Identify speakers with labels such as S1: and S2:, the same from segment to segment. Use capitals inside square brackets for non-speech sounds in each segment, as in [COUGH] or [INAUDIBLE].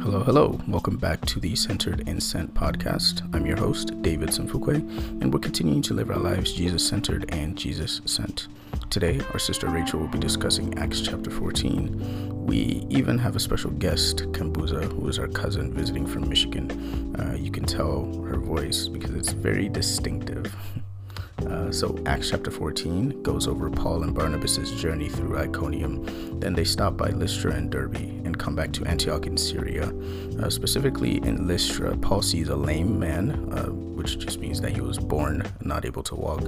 S1: Hello, welcome back to the Centered and Sent podcast. I'm your host, David Simfukwe, and we're continuing to live our lives Jesus centered and Jesus sent. Today, our sister Rachel will be discussing Acts chapter 14. We even have a special guest, Kambuza, who is our cousin visiting from Michigan. Uh, you can tell her voice because it's very distinctive. [LAUGHS] Uh, so Acts chapter 14 goes over Paul and Barnabas' journey through Iconium. Then they stop by Lystra and Derbe and come back to Antioch in Syria. Uh, specifically in Lystra, Paul sees a lame man, uh, which just means that he was born not able to walk,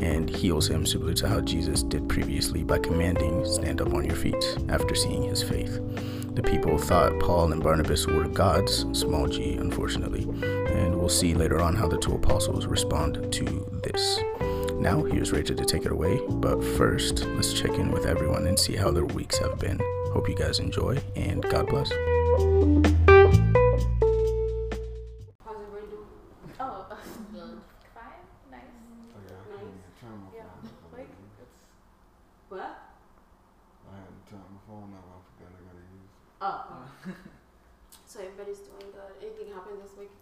S1: and heals him similar to how Jesus did previously by commanding, Stand up on your feet, after seeing his faith. The people thought Paul and Barnabas were gods, small g, unfortunately, and we'll see later on how the two apostles respond to this. Now, here's Rachel to take it away, but first, let's check in with everyone and see how their weeks have been. Hope you guys enjoy, and God bless.
S2: How's it really do? [LAUGHS] Oh, fine, nice.
S3: Oh, yeah, I
S2: Nice.
S3: couldn't even turn my
S2: Yeah,
S3: phone up.
S2: like, it's, what?
S3: I had to turn my phone up. I forgot I gotta use. it.
S2: Oh. [LAUGHS] so everybody's doing good. Anything happened this week?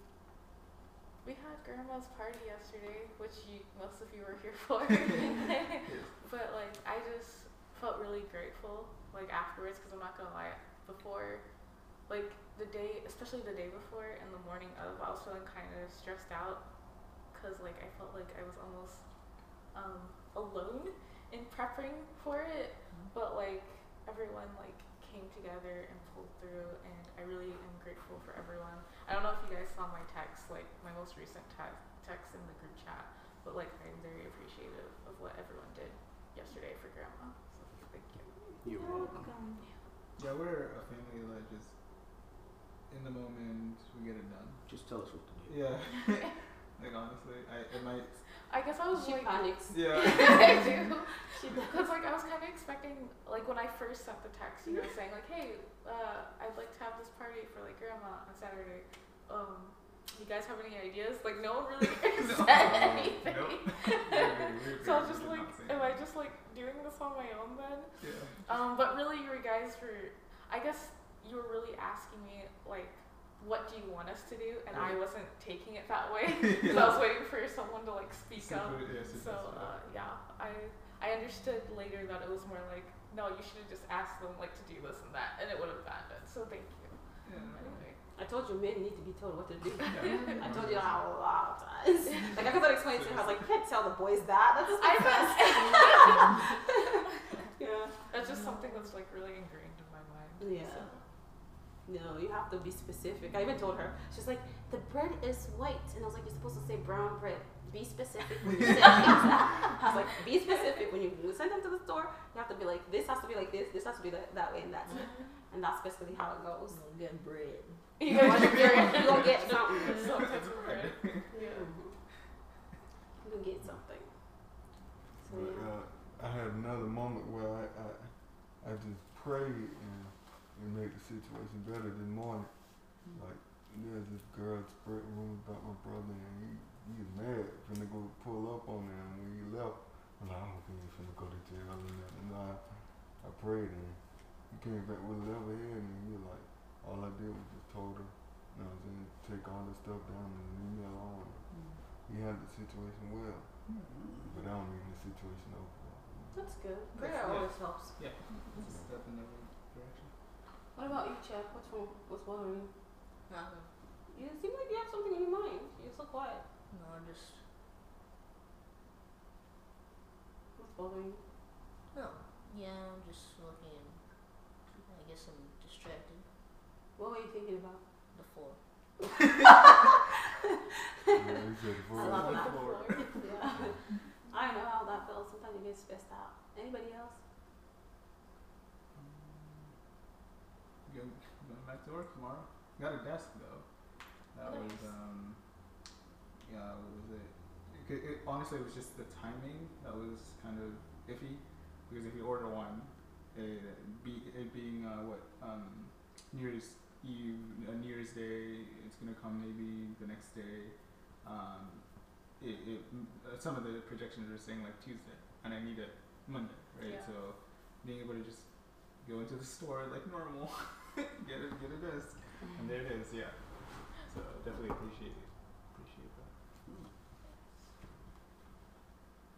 S4: We had grandma's party yesterday, which you, most of you were here for. [LAUGHS] but like, I just felt really grateful like afterwards because I'm not gonna lie, before, like the day, especially the day before and the morning of, I was feeling kind of stressed out because like I felt like I was almost um, alone in prepping for it. But like everyone like came together and pulled through, and I really am grateful for everyone. I don't know if you guys saw my text, like my most recent te- text in the group chat, but like I'm very appreciative of what everyone did yesterday for grandma. So thank you.
S1: You're
S2: welcome.
S5: Yeah, we're a family that just in the moment we get it done.
S1: Just tell us what to
S5: Yeah. [LAUGHS] like honestly, I it might
S4: I guess I was
S2: She
S4: like, [LAUGHS]
S2: panics.
S5: [LAUGHS] yeah.
S4: I do.
S2: Oh, [LAUGHS] She
S4: Because like I was kind of expecting, like when I first sent the text, you know, saying like, hey, uh, I'd like to have this party for like grandma on Saturday. Um, you guys have any ideas? Like no one really [LAUGHS] said anything. [LAUGHS] So I was just like, am I just like doing this on my own then? [LAUGHS]
S5: Yeah.
S4: Um, but really, you guys were, I guess you were really asking me like, what do you want us to do? And I
S5: Right.
S4: wasn't taking it that way. [LAUGHS] so I was waiting for someone to like speak up. So uh, yeah, I I understood later that it was more like no, you should have just asked them like to do this and that, and it would have gotten it. So thank you. Um, Anyway,
S2: I told you men need to be told what to [LAUGHS] do.
S4: [LAUGHS]
S5: Yeah.
S2: I told you that a lot of [LAUGHS] times. Like I couldn't explain it to her. I was like, you can't tell the boys that. That's just
S4: I
S2: [LAUGHS] yeah.
S4: that's just something that's like really ingrained in my mind.
S2: Yeah.
S4: So,
S2: No, you have to be specific. I even told her. She's like, the bread is white, and I was like, you're supposed to say brown bread. Be specific. When [LAUGHS] you say things. I was like, be specific when you send them to the store. You have to be like, this has to be like this. This has to be that, that way, and that's it. And that's basically how it goes.
S6: Get
S2: [LAUGHS]
S6: bread.
S4: [LAUGHS] you
S2: You're
S4: guys are very
S2: gonna [LAUGHS] get
S4: [LAUGHS]
S2: something.
S4: Some type of bread. Yeah.
S2: You're gonna get something. So
S3: But, uh,
S2: yeah.
S3: I had another moment where I, I, I just prayed and, and made the situation better this morning. Like, there's this girl spreading rumors about my brother, and he, he mad, finna go pull up on him when he left. I'm like, I don't think he's finna go to jail and that. And I, I prayed, and he came back with a level head, and he was like, all I did was just told her, you know what I'm saying, take all this stuff down and leave me alone. He handled the situation well. But I don't mean the situation over.
S2: That's good. Prayer
S5: That's- yeah.
S2: always helps.
S5: It's a step in the right direction.
S2: What about you, Chad? What's wrong? What's bothering you?
S6: Nothing.
S2: You seem like you have something in your mind. You're so quiet.
S6: No, just
S2: What's bothering you?
S6: no. Yeah, I'm just looking. I guess I'm distracted.
S2: What were you thinking about?
S6: The floor.
S3: Yeah, he said
S2: I
S3: before.
S2: love
S5: the
S2: that.
S5: floor.
S2: [LAUGHS] yeah. I know how that feels. Sometimes you get stressed out. Anybody else?
S5: Um, Go, going back to work tomorrow. Got a desk though. That was
S4: Nice.
S5: um yeah, what was it? It, c- it? Honestly, it was just the timing that was kind of iffy because if you order one, it, be, it being uh, what um, New Year's Eve, uh, New Year's Day, it's gonna come maybe the next day. Um, it, it uh, some of the projections are saying like Tuesday, and I need it Monday, right?
S4: Yeah.
S5: So being able to just go into the store like normal [LAUGHS] get it, get it this, and there it is. Yeah. So definitely appreciate it. Appreciate that.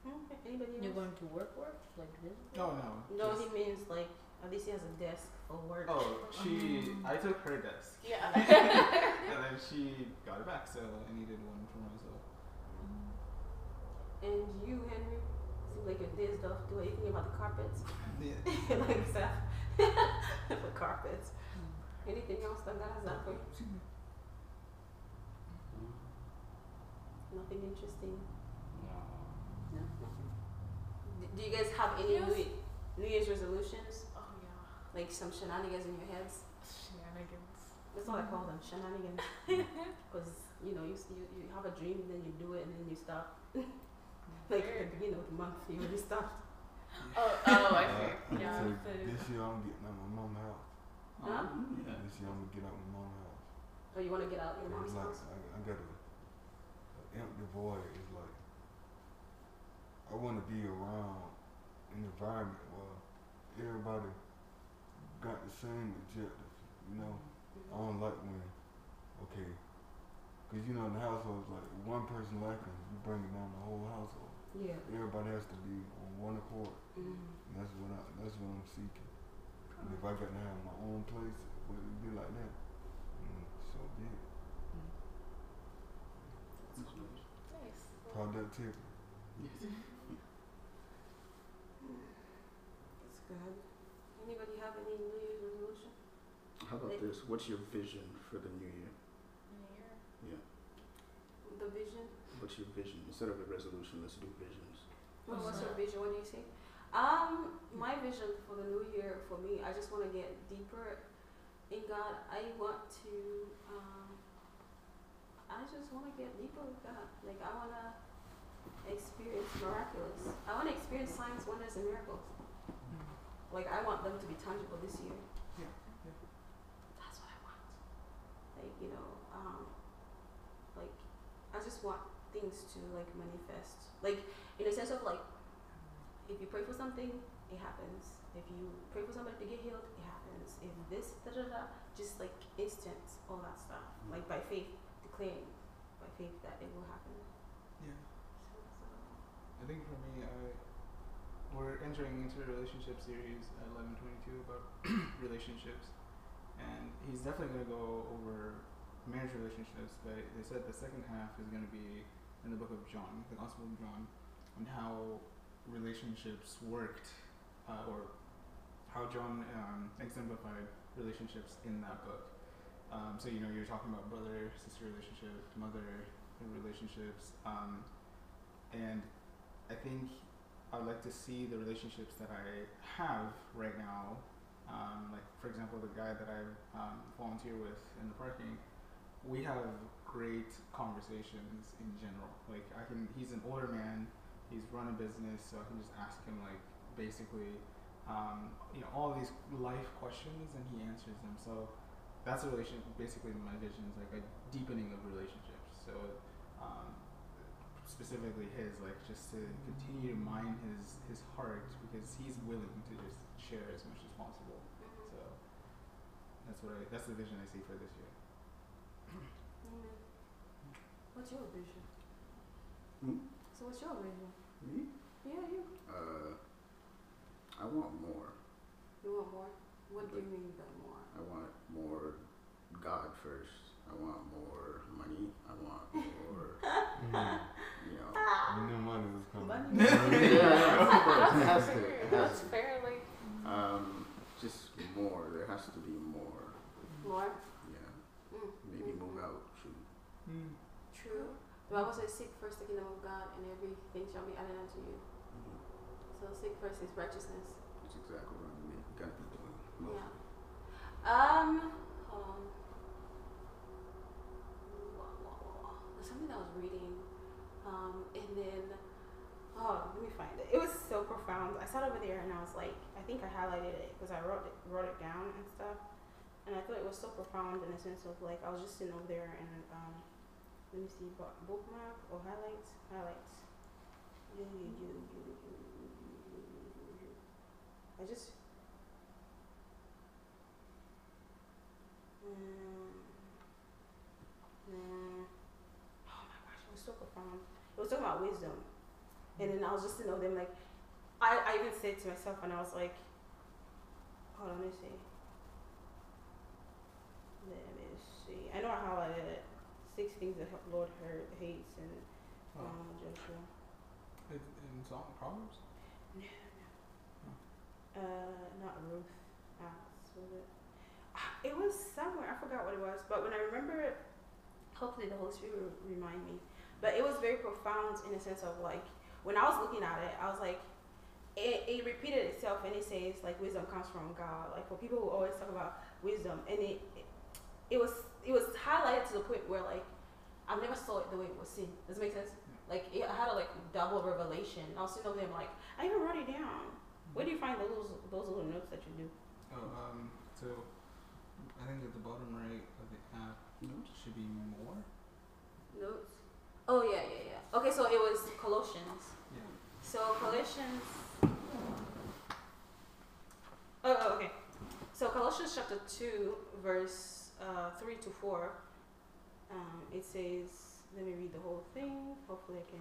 S2: Okay, Anybody else?
S4: You're going to work, work, like visit?
S5: No, Oh, no.
S2: No,
S5: just-
S2: he means like at least he has a desk for work.
S5: Oh, she. I took her desk,
S2: [LAUGHS]
S7: Yeah.
S5: and then she got it back. So I needed one for myself.
S2: And you, Henry, seem like you're dazed off. Do anything about the carpets? [LAUGHS]
S5: Yeah.
S2: like stuff [LAUGHS] for carpets. Anything else that God has done for you? Nothing interesting. No. Nothing. D- Do you guys have any
S7: Yes.
S2: New, Ye- New Year's resolutions?
S7: oh yeah.
S2: Like some shenanigans in your heads?
S7: Shenanigans.
S2: That's what I call them, [LAUGHS] shenanigans. Because you know, you, s- you you have a dream, then you do it, and then you stop. like at the [LAUGHS] beginning of the month, you already stopped.
S7: Oh, oh,
S3: Uh,
S7: I see. Yeah.
S3: so
S7: the-
S3: this year I'm getting out my mom's house.
S2: Huh?
S5: Um, yeah.
S3: This year I'm gonna get out my mom's house.
S2: Or you want to get out of your
S3: It's
S2: mom's
S3: like I,
S2: house.
S3: I got a, an empty void. It's like I want to be around an environment where everybody got the same objective. You know,
S2: Mm-hmm.
S3: um, I don't like when okay, because you know in the household like one person lacking, you bring it down the whole household.
S2: Yeah.
S3: Everybody has to be on one accord.
S2: Mm.
S3: And that's what I, that's what I'm seeking. And if I got to have my own place, would it be like that? Mm, so be it.
S2: Mm-hmm.
S7: Nice.
S3: Productivity.
S2: That's good. Anybody have any New Year's resolution?
S8: How about this? What's your vision for the new year?
S7: New Year.
S2: The vision?
S8: What's your vision? Instead of a resolution, let's do visions.
S2: What
S7: What's
S2: was your
S7: that?
S2: vision? What do you say? Um, my vision for the new year for me, I just want to get deeper in God. I want to, um, I just want to get deeper with God. Like I want to experience miraculous. I want to experience signs, wonders, and miracles. Like I want them to be tangible this year.
S5: Yeah, yeah.
S2: That's what I want. Like you know, um, like I just want things to like manifest. Like in a sense of like if you pray for something it happens if you pray for somebody to get healed it happens if this da da da just like instant all that stuff
S8: Mm-hmm.
S2: like by faith declaring by faith that it will happen
S5: Yeah.
S2: so,
S5: I think for me, I we're entering into a relationship series at eleven twenty two about [CLEARS THROAT] relationships, and he's definitely gonna go over marriage relationships. But they said the second half is gonna be in the book of John, the Gospel of John, on how relationships worked, uh, or how John um, exemplified relationships in that book. Um, so you know, you're talking about brother sister relationship, mother relationships. Um, and I think I would like to see the relationships that I have right now. Um, like for example, the guy that I um, volunteer with in the parking, we have great conversations in general. Like I can, he's an older man, he's run a business, so I can just ask him like basically, um, you know, all these life questions, and he answers them. So that's a relationship. Basically, my vision is like a deepening of relationships. So um, specifically his, like just to continue to mine his his heart because he's willing to just share as much as possible.
S2: Mm-hmm.
S5: So that's what I that's the vision I see for this year.
S2: Amen. what's your vision
S8: Hmm?
S2: so what's your vision
S8: Me?
S2: yeah you
S8: Uh, I want more.
S2: you want more what do you mean by more
S8: I want more God first. I want more money. I want more,
S3: Mm.
S8: you know.
S3: You knew money was coming.
S2: Money.
S8: yeah, of course, it has to.
S7: fair.
S8: It
S7: That's
S8: has to.
S7: fair. Like,
S2: Mm-hmm.
S8: Um, just more. There has to be more.
S2: [LAUGHS] more
S8: Yeah.
S2: mm.
S8: Mm-hmm. Maybe move out. Shoot.
S5: Mm.
S2: true the bible says seek first the kingdom of god and everything shall be added unto you
S8: Mhm.
S2: so seek first his righteousness
S8: That's exactly what I'm be- gonna be doing.
S2: Yeah. Um. Hold on. Wah, wah, wah, wah. There's something I was reading, um, and then oh, let me find it. It was so profound. I sat over there and I was like, I think I highlighted it because I wrote it, wrote it down and stuff, and I thought it was so profound in the sense of like I was just sitting over there and um, let me see, bo- bookmark or highlights, highlights. I just Mm, Oh um, talking about wisdom, and then I was just to know them like, I, I even said to myself, and I was like, hold on, let me see. Let me see. I know I highlighted it. Six things that the Lord heard, hates and
S5: Oh.
S2: um, Joshua.
S5: In, in Song Proverbs?
S2: Uh, not Ruth. Alice, was it? Ah, It was somewhere. I forgot what it was. But when I remember it, hopefully the Holy Spirit will remind me. But it was very profound in the sense of like, when I was looking at it, I was like, it, it repeated itself and it says like wisdom comes from God. Like for people who always talk about wisdom, and it, it, it was it was highlighted to the point where like I never saw it the way it was seen. Does it make sense? Like it had a like double revelation. I was sitting over there I'm like I even wrote it down. Where do you find those those little notes that you do?
S5: Oh, um, so I think at the bottom right of the app
S2: Mm-hmm.
S5: should be more.
S2: Notes. Oh yeah, yeah, yeah. Okay, so it was Colossians.
S5: Yeah.
S2: So Colossians. Oh, oh, okay. So Colossians chapter two, verse uh, three to four. Um, it says, let me read the whole thing. Hopefully, I can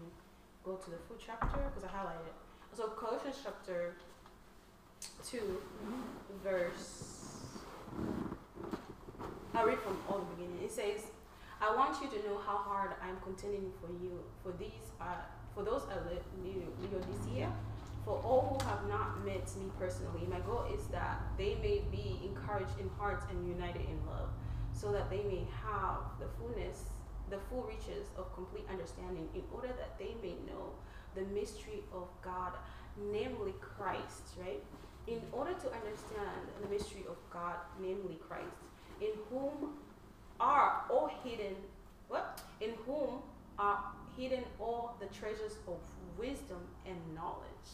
S2: go to the full chapter because I highlighted it. So Colossians chapter two, verse. I'll read from all the beginning. It says, I want you to know how hard I'm contending for you, for these are for those at Le- Leo- Laodicea, for all who have not met me personally. My goal is that they may be encouraged in heart and united in love, so that they may have the fullness, the full riches of complete understanding, in order that they may know the mystery of God, namely Christ, right? In order to understand the mystery of God, namely Christ, in whom are all hidden, what? In whom are hidden all the treasures of wisdom and knowledge.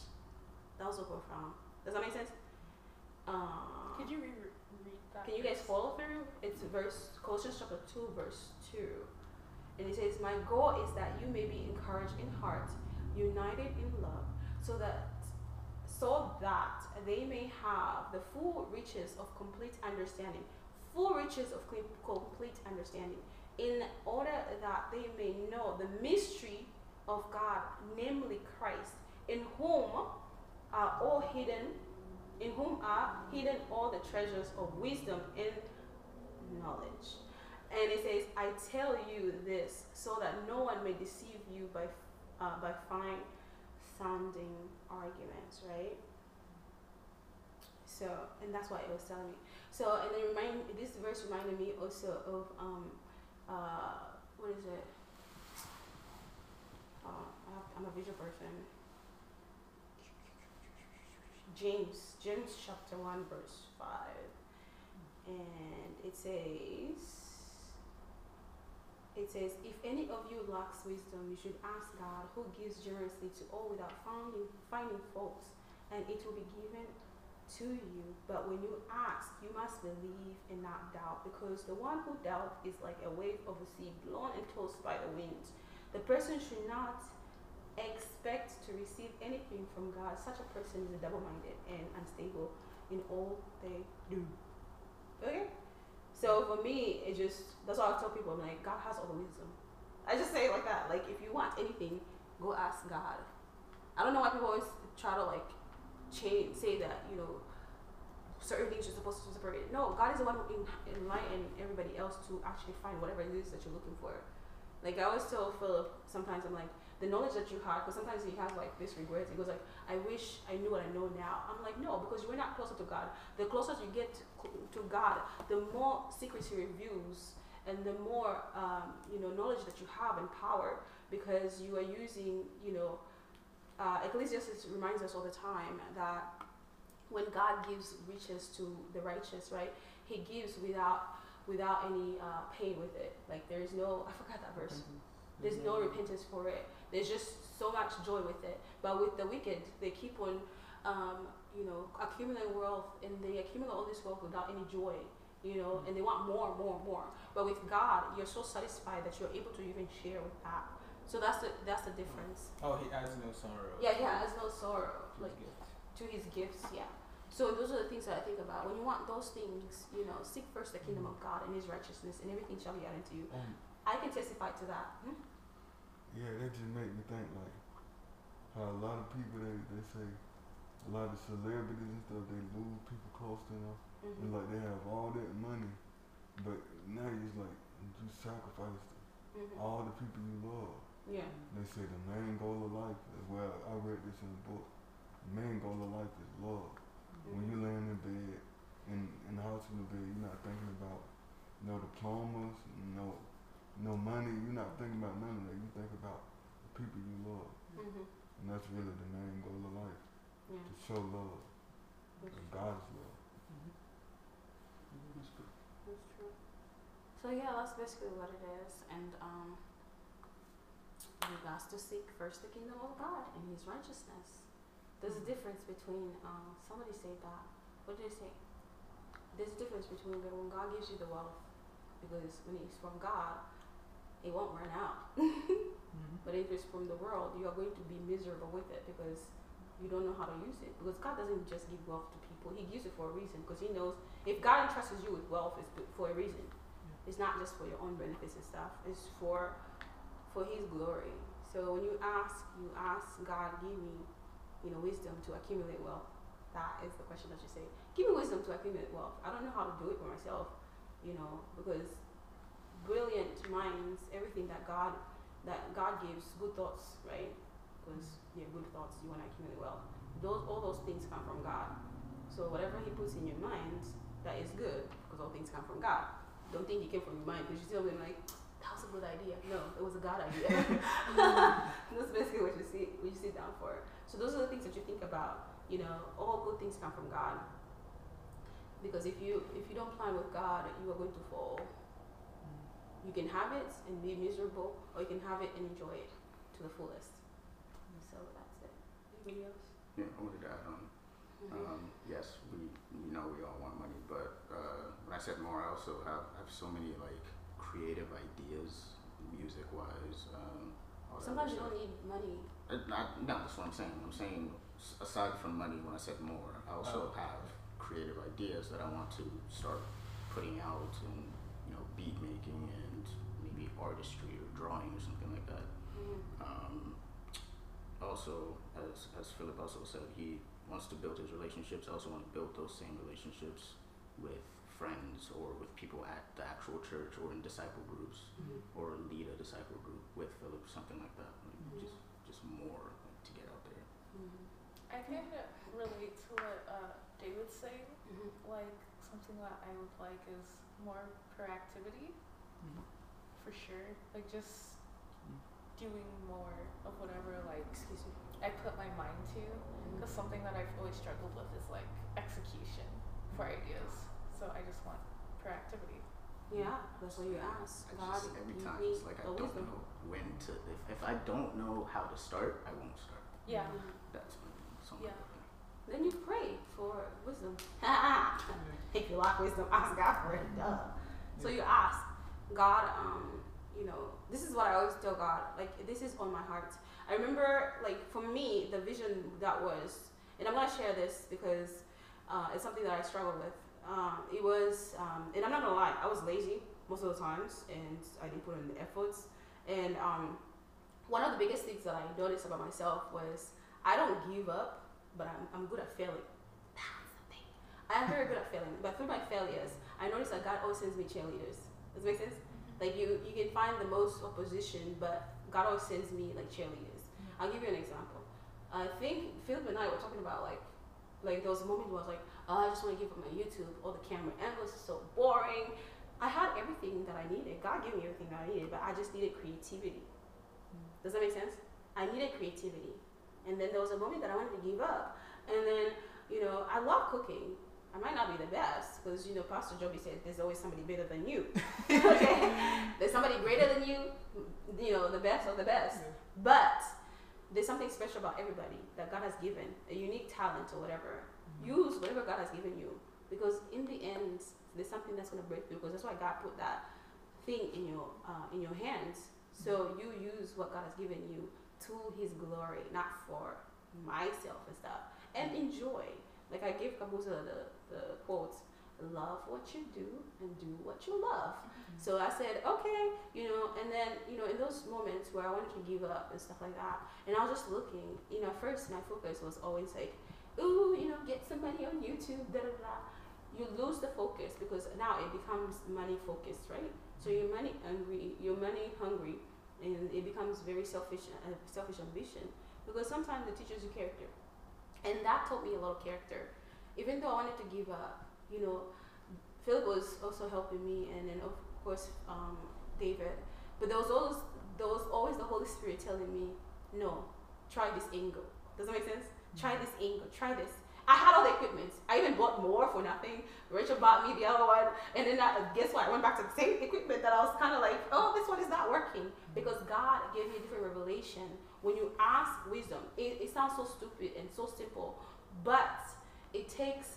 S2: That was so profound. Does that make sense? Um,
S7: Could you re- read that?
S2: can you guys
S7: verse?
S2: follow through? It's verse Colossians chapter two, verse two, and it says, "My goal is that you may be encouraged in heart, united in love, so that so that they may have the full riches of complete understanding, full riches of cl- complete understanding, in order that they may know the mystery of God, namely Christ, in whom are all hidden." in whom are hidden all the treasures of wisdom and knowledge. And it says, I tell you this so that no one may deceive you by, uh, by fine sounding arguments, right? So, and that's what it was telling me. So, and it remind, this verse reminded me also of, um, uh, what is it? Uh, I have- I'm a visual person. James, James chapter 1, verse 5. And it says, it says, if any of you lacks wisdom, you should ask God, who gives generously to all without finding, finding faults, and it will be given to you. But when you ask, you must believe and not doubt, because the one who doubts is like a wave of the sea blown and tossed by the winds. The person should not expect to receive anything from God, such a person is double minded and unstable in all they do. Okay? So for me, it just, that's why I tell people, I'm like, God has all the wisdom. I just say it like that. Like, if you want anything, go ask God. I don't know why people always try to, like, change, say that, you know, certain things you're supposed to separate. No, God is the one who en- enlighten everybody else to actually find whatever it is that you're looking for. Like, I always tell Philip, sometimes I'm like, the knowledge that you had, because sometimes he has like this regret. He goes like, "I wish I knew what I know now." I'm like, no, because you were not closer to God. The closer you get to to God, the more secrets he reveals, and the more um, you know knowledge that you have and power, because you are using you know. Uh, Ecclesiastes reminds us all the time that when God gives riches to the righteous, right? He gives without without any uh, pain with it. Like there is no I forgot that verse. There's no repentance for it. There's just so much joy with it. But with the wicked, they keep on, um, you know, accumulating wealth and they accumulate all this wealth without any joy, you know, and they want more, more, more. But with God, you're so satisfied that you're able to even share with that. So that's the that's the difference.
S5: Oh, he adds no sorrow.
S2: Yeah, he has no sorrow
S5: to his
S2: like
S5: gift.
S2: to his gifts. Yeah. So those are the things that I think about. When you want those things, you know, seek first the kingdom of God and His righteousness, and everything shall be added to you.
S5: Um,
S2: I can testify to that. Hmm?
S5: yeah, that just made me think like how a lot of people they they say a lot of celebrities and stuff they lose people close to them
S2: Mm-hmm.
S5: and like they have all that money, but now it's like you sacrificed
S2: Mm-hmm.
S5: all the people you love.
S2: Yeah.
S5: They say the main goal of life is well, I read this in a book. The main goal of life is love. When you laying in bed, in in the hospital bed, you're not thinking about no diplomas, no no money. You're not thinking about none of that. You think about the people you love,
S2: Mm-hmm.
S5: and that's really the main goal of life:
S2: Yeah.
S5: to show love,
S2: That's
S5: and God's love.
S9: That's good.
S2: That's true. So yeah, that's basically what it is, and um, you got to seek first the kingdom of God and His righteousness. There's a
S5: Mm-hmm.
S2: difference between um, somebody said that. What did they say? There's a difference between when when God gives you the wealth, because when it's from God, it won't run out. But if it's from the world, you are going to be miserable with it because you don't know how to use it. Because God doesn't just give wealth to people; He gives it for a reason. Because He knows if God entrusts you with wealth, it's b- for a reason. It's not just for your own benefits and stuff. It's for for His glory. So when you ask, you ask God, give me, you know, wisdom to accumulate wealth. That is the question that you say. Give me wisdom to accumulate wealth. I don't know how to do it for myself, you know, because brilliant minds, everything that God that God gives, good thoughts, right? Because yeah, good thoughts, you want to accumulate wealth. Those all those things come from God. So whatever He puts in your mind, that is good, because all things come from God. Don't think it came from your mind, because you tell me like, that was a good idea. No, it was a God idea. [LAUGHS] That's basically what you see what you sit down for. So those are the things that you think about. You know, all good things come from God. Because if you if you don't plan with God, you are going to fall. You can have it and be miserable, or you can have it and enjoy it to the fullest. So that's it. Anybody else?
S1: Yeah, I wanted to add on. Um, yes, we you know we all want money, but uh, when I said more, I also have I have so many like creative ideas, music wise. Um, all that
S2: Sometimes you
S1: other
S2: don't need money.
S1: stuff. Uh, not- no, that's what I'm saying. I'm saying s- aside from money, when I said more, I also have creative ideas that I want to start putting out and you know beat making and maybe artistry or drawing or something like that. Um, also, as, as Philip also said, he wants to build his relationships. I also want to build those same relationships with friends or with people at the actual church or in disciple groups
S2: Mm-hmm.
S1: or lead a disciple group with Philip, something like that. Like
S2: Mhm.
S1: Just just more like, to get out there.
S2: Mm-hmm.
S4: I can relate to what uh, David's saying.
S2: Mm-hmm.
S4: Like something that I would like is more proactivity,
S2: Mm-hmm.
S4: for sure. Like just doing more of whatever like
S2: Excuse me.
S4: I put my mind to.
S2: Mm-hmm.
S4: Because something that I've always struggled with is like execution for ideas. So I just want proactivity.
S2: Yeah, that's what you ask.
S1: I
S2: God,
S1: just every
S2: you
S1: time
S2: need
S1: it's like I
S2: the
S1: don't
S2: wisdom.
S1: know when to. If, if I don't know how to start, I won't start.
S4: Yeah.
S2: Mhm.
S1: That's my thing. Something
S4: Yeah.
S1: like that.
S2: Then you pray for [LAUGHS] wisdom. if you lack wisdom, ask God for it. Duh. So you ask God, um, you know, this is what I always tell God. Like this is on my heart. I remember, like for me, the vision that was, and I'm gonna share this because uh, it's something that I struggle with. Um, it was, um, and I'm not gonna lie, I was lazy most of the times, and I didn't put in the efforts. And um, one of the biggest things that I noticed about myself was I don't give up, but I'm, I'm good at failing. That's the thing. I'm very good at failing, but through my failures, I noticed that God always sends me cheerleaders. Does that make sense? Like you, you can find the most opposition, but God always sends me like cheerleaders. I'll give you an example. I think Philip and I were talking about like, like there was a moment where I was like, oh, I just want to give up my YouTube. All the camera angles are so boring. I had everything that I needed. God gave me everything that I needed, but I just needed creativity. Does that make sense? I needed creativity. And then there was a moment that I wanted to give up. And then, you know, I love cooking. I might not be the best because, you know, Pastor Joby said there's always somebody better than you. okay? There's somebody greater than you, you know, the best of the best. But there's something special about everybody that God has given a unique talent or whatever. Use whatever God has given you because in the end, there's something that's going to break through because that's why God put that thing in your uh, in your hands. So you use what God has given you to His glory, not for myself and stuff. And enjoy. Like I gave Kabusa the, the quote. love what you do and do what you love. So I said, okay, you know, and then, you know, in those moments where I wanted to give up and stuff like that, and I was just looking, you know, at first my focus was always like, ooh, you know, get some money on YouTube, da da da. You lose the focus because now it becomes money focused, right? So you're money hungry, you're money hungry, and it becomes very selfish, uh, selfish ambition because sometimes it teaches you character, and that taught me a lot of character. Even though I wanted to give up, you know, Philip was also helping me, and then of course um, David. But there was always there was always the Holy Spirit telling me, no, try this angle. Does that make sense? Try this angle. Try this. I had all the equipment. I even bought more for nothing. Rachel bought me the other one, and then I, guess what? I went back to the same equipment that I was kind of like, oh, this one is not working because God gave me a different revelation. When you ask wisdom, it, it sounds so stupid and so simple, but it takes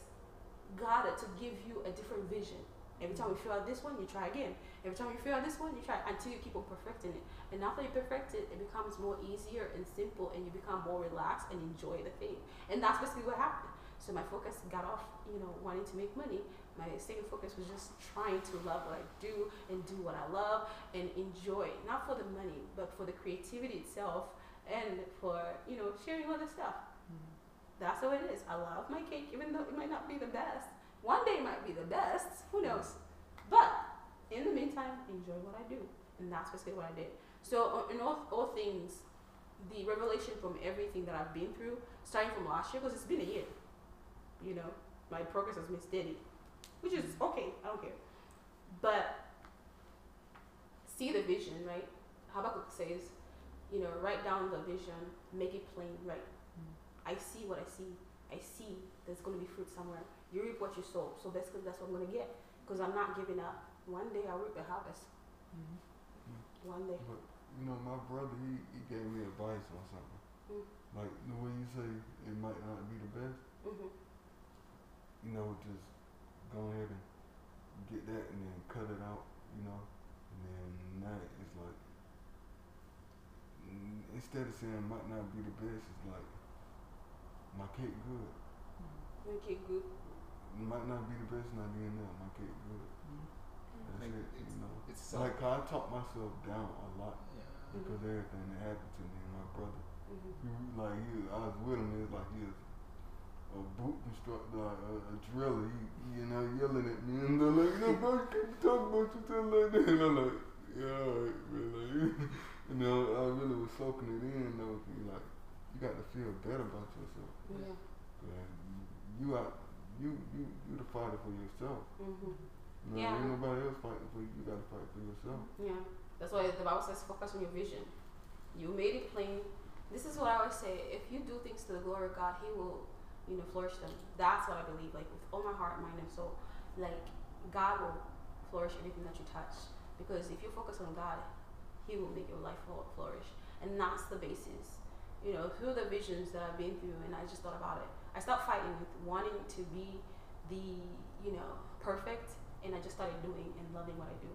S2: God to give you a different vision. Every time you fail at this one, you try again. Every time you fail at this one, you try until you keep on perfecting it. And after you perfect it, it becomes more easier and simple, and you become more relaxed and enjoy the thing. And that's basically what happened. So my focus got off, you know, wanting to make money. My second focus was just trying to love what I do and do what I love and enjoy, not for the money, but for the creativity itself and for, you know, sharing other stuff that's how it is. I love my cake, even though it might not be the best. One day it might be the best. Who knows? But in the meantime, enjoy what I do, and that's basically what I did. So uh, in all, all things, the revelation from everything that I've been through, starting from last year, because it's been a year. You know, my progress has been steady, which is okay. I don't care. But see the vision, right? Habakkuk says, you know, write down the vision, make it plain, right? I see what I see. I see there's going to be fruit somewhere. You reap what you sow. So basically, that's what I'm going to get because I'm not giving up. One day I'll reap the harvest. One day.
S3: But you know, my brother, he, he gave me advice on something.
S2: Mm.
S3: Like the way you say it might not be the best,
S2: hmm
S3: you know, just go ahead and get that and then cut it out, you know. And then now it's like mm, instead of saying might not be the best, it's like my cake good.
S2: Make it good.
S3: Might not be the best, not even that. My cake good. That's
S5: Like,
S3: it.
S5: it's-
S3: you know.
S5: It's self.
S3: Like I talk myself down a lot
S5: yeah.
S2: Mhm.
S3: because everything that happened to me and my brother.
S2: hmm
S3: He was like he, I was with him. It's like he was a boot instructor, like a, a driller. He, he, you know, yelling at me and they're like, "No, bro, you can't talk about you till like that." [LAUGHS] And I'm like, "Yeah, all right, man." Like, [LAUGHS] you know, I really was soaking it in though. 'cause you like, you got to feel better about yourself.
S2: Yeah.
S3: Man, you out, you you you the fighter for yourself.
S2: hmm
S3: You know,
S2: Yeah.
S3: ain't nobody else fighting for you. You got to fight for yourself.
S2: Yeah. That's why the Bible says focus on your vision. You made it plain. This is what I always say. If you do things to the glory of God, He will, you know, flourish them. That's what I believe. Like with all my heart, mind, and soul. Like God will flourish anything that you touch. Because if you focus on God, He will make your life flo- flourish. And that's the basis. You know, through the visions that I've been through, and I just thought about it. I stopped fighting with wanting to be the, you know, perfect, and I just started doing and loving what I do.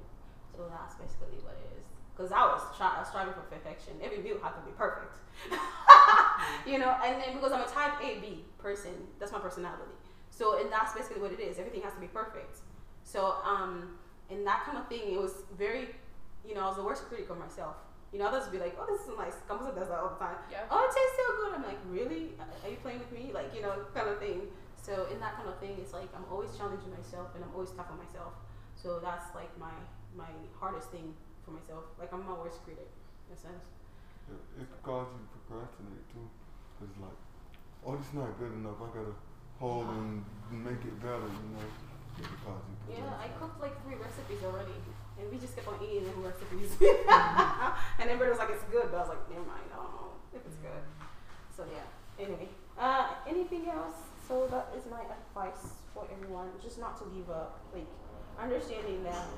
S2: So that's basically what it is. Because I was, try- I was striving for perfection. Every meal had to be perfect. [LAUGHS] you know, and then because I'm a type A, B person, that's my personality. So, and that's basically what it is. Everything has to be perfect. So, um, and that kind of thing, it was very, you know, I was the worst critic of myself. You know, others would be like, oh, this is nice. Kamasa does that all the time.
S7: Yeah.
S2: Oh, it tastes so good. I'm like, really? Are you playing with me? Like, you know, kind of thing. So, in that kind of thing, it's like I'm always challenging myself and I'm always tough on myself. So that's like my my hardest thing for myself. Like I'm my worst critic in a sense.
S3: It, it could cause you to procrastinate too. Cause like, oh, this not good enough. I gotta hold and make it better. You know, it could cause you
S2: Yeah, I
S3: procrastinate.
S2: cooked like three recipes already, and we just kept on eating them recipes. [LAUGHS] and everybody was like, "It's good," but I was like, "Never mind, I don't know if it's
S5: Mm.
S2: good." So yeah. Anyway, uh, anything else? So that is my advice for everyone: just not to give up. Like understanding that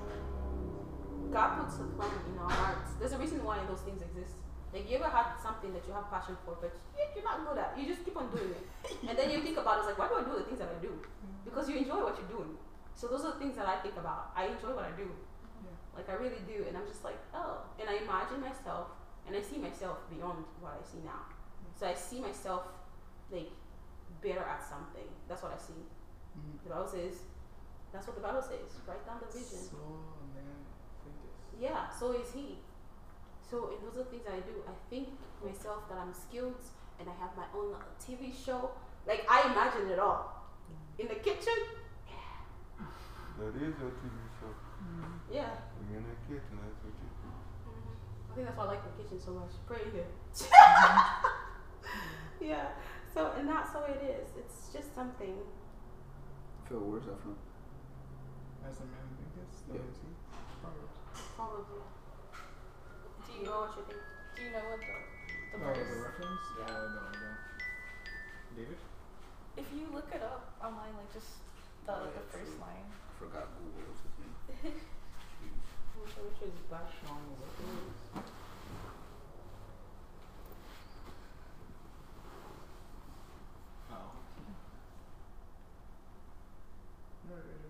S2: God puts a plan in our hearts. There's a reason why those things exist. Like you ever had something that you have passion for, but you- you're not good at. You just keep on doing it, and then you think about it, it's like, why do I do the things that I do? Because you enjoy what you're doing. So those are the things that I think about. I enjoy what I do.
S5: Yeah.
S2: Like I really do, and I'm just like, oh. And I imagine myself, and I see myself beyond what I see now. So I see myself like better at something. That's what I see.
S5: Mhm.
S2: The Bible says, That's what the Bible says. Write down the vision.
S5: So a man thinketh.
S2: Yeah, so is he. So in those are things I do. I think myself that I'm skilled and I have my own little TV show. Like I imagine it all. In the kitchen,
S3: That is your TV show.
S2: yeah. Mm-hmm.
S3: When you're in the kitchen, that's what you do.
S2: I think that's why I like the kitchen so much. Pray here. Mm-hmm. [LAUGHS] yeah. So and that's how it is. It's just something.
S8: Phil, where's that from?
S5: As a man thinketh, so
S8: Yeah.
S5: is he. Proverbs.
S2: Probably.
S7: Do
S2: Do
S7: you
S2: you know what you think?
S7: do you know what the the
S5: oh,
S7: verse?
S5: the reference? Uh, no, I don't. David?
S7: If you look it up online, like just the
S8: Oh,
S7: the
S8: yeah,
S7: first
S8: true.
S7: line.
S8: I forgot Google was with me.
S2: I'm sure we should bash.
S5: Sean the reference. [LAUGHS] Oh. No, no, no.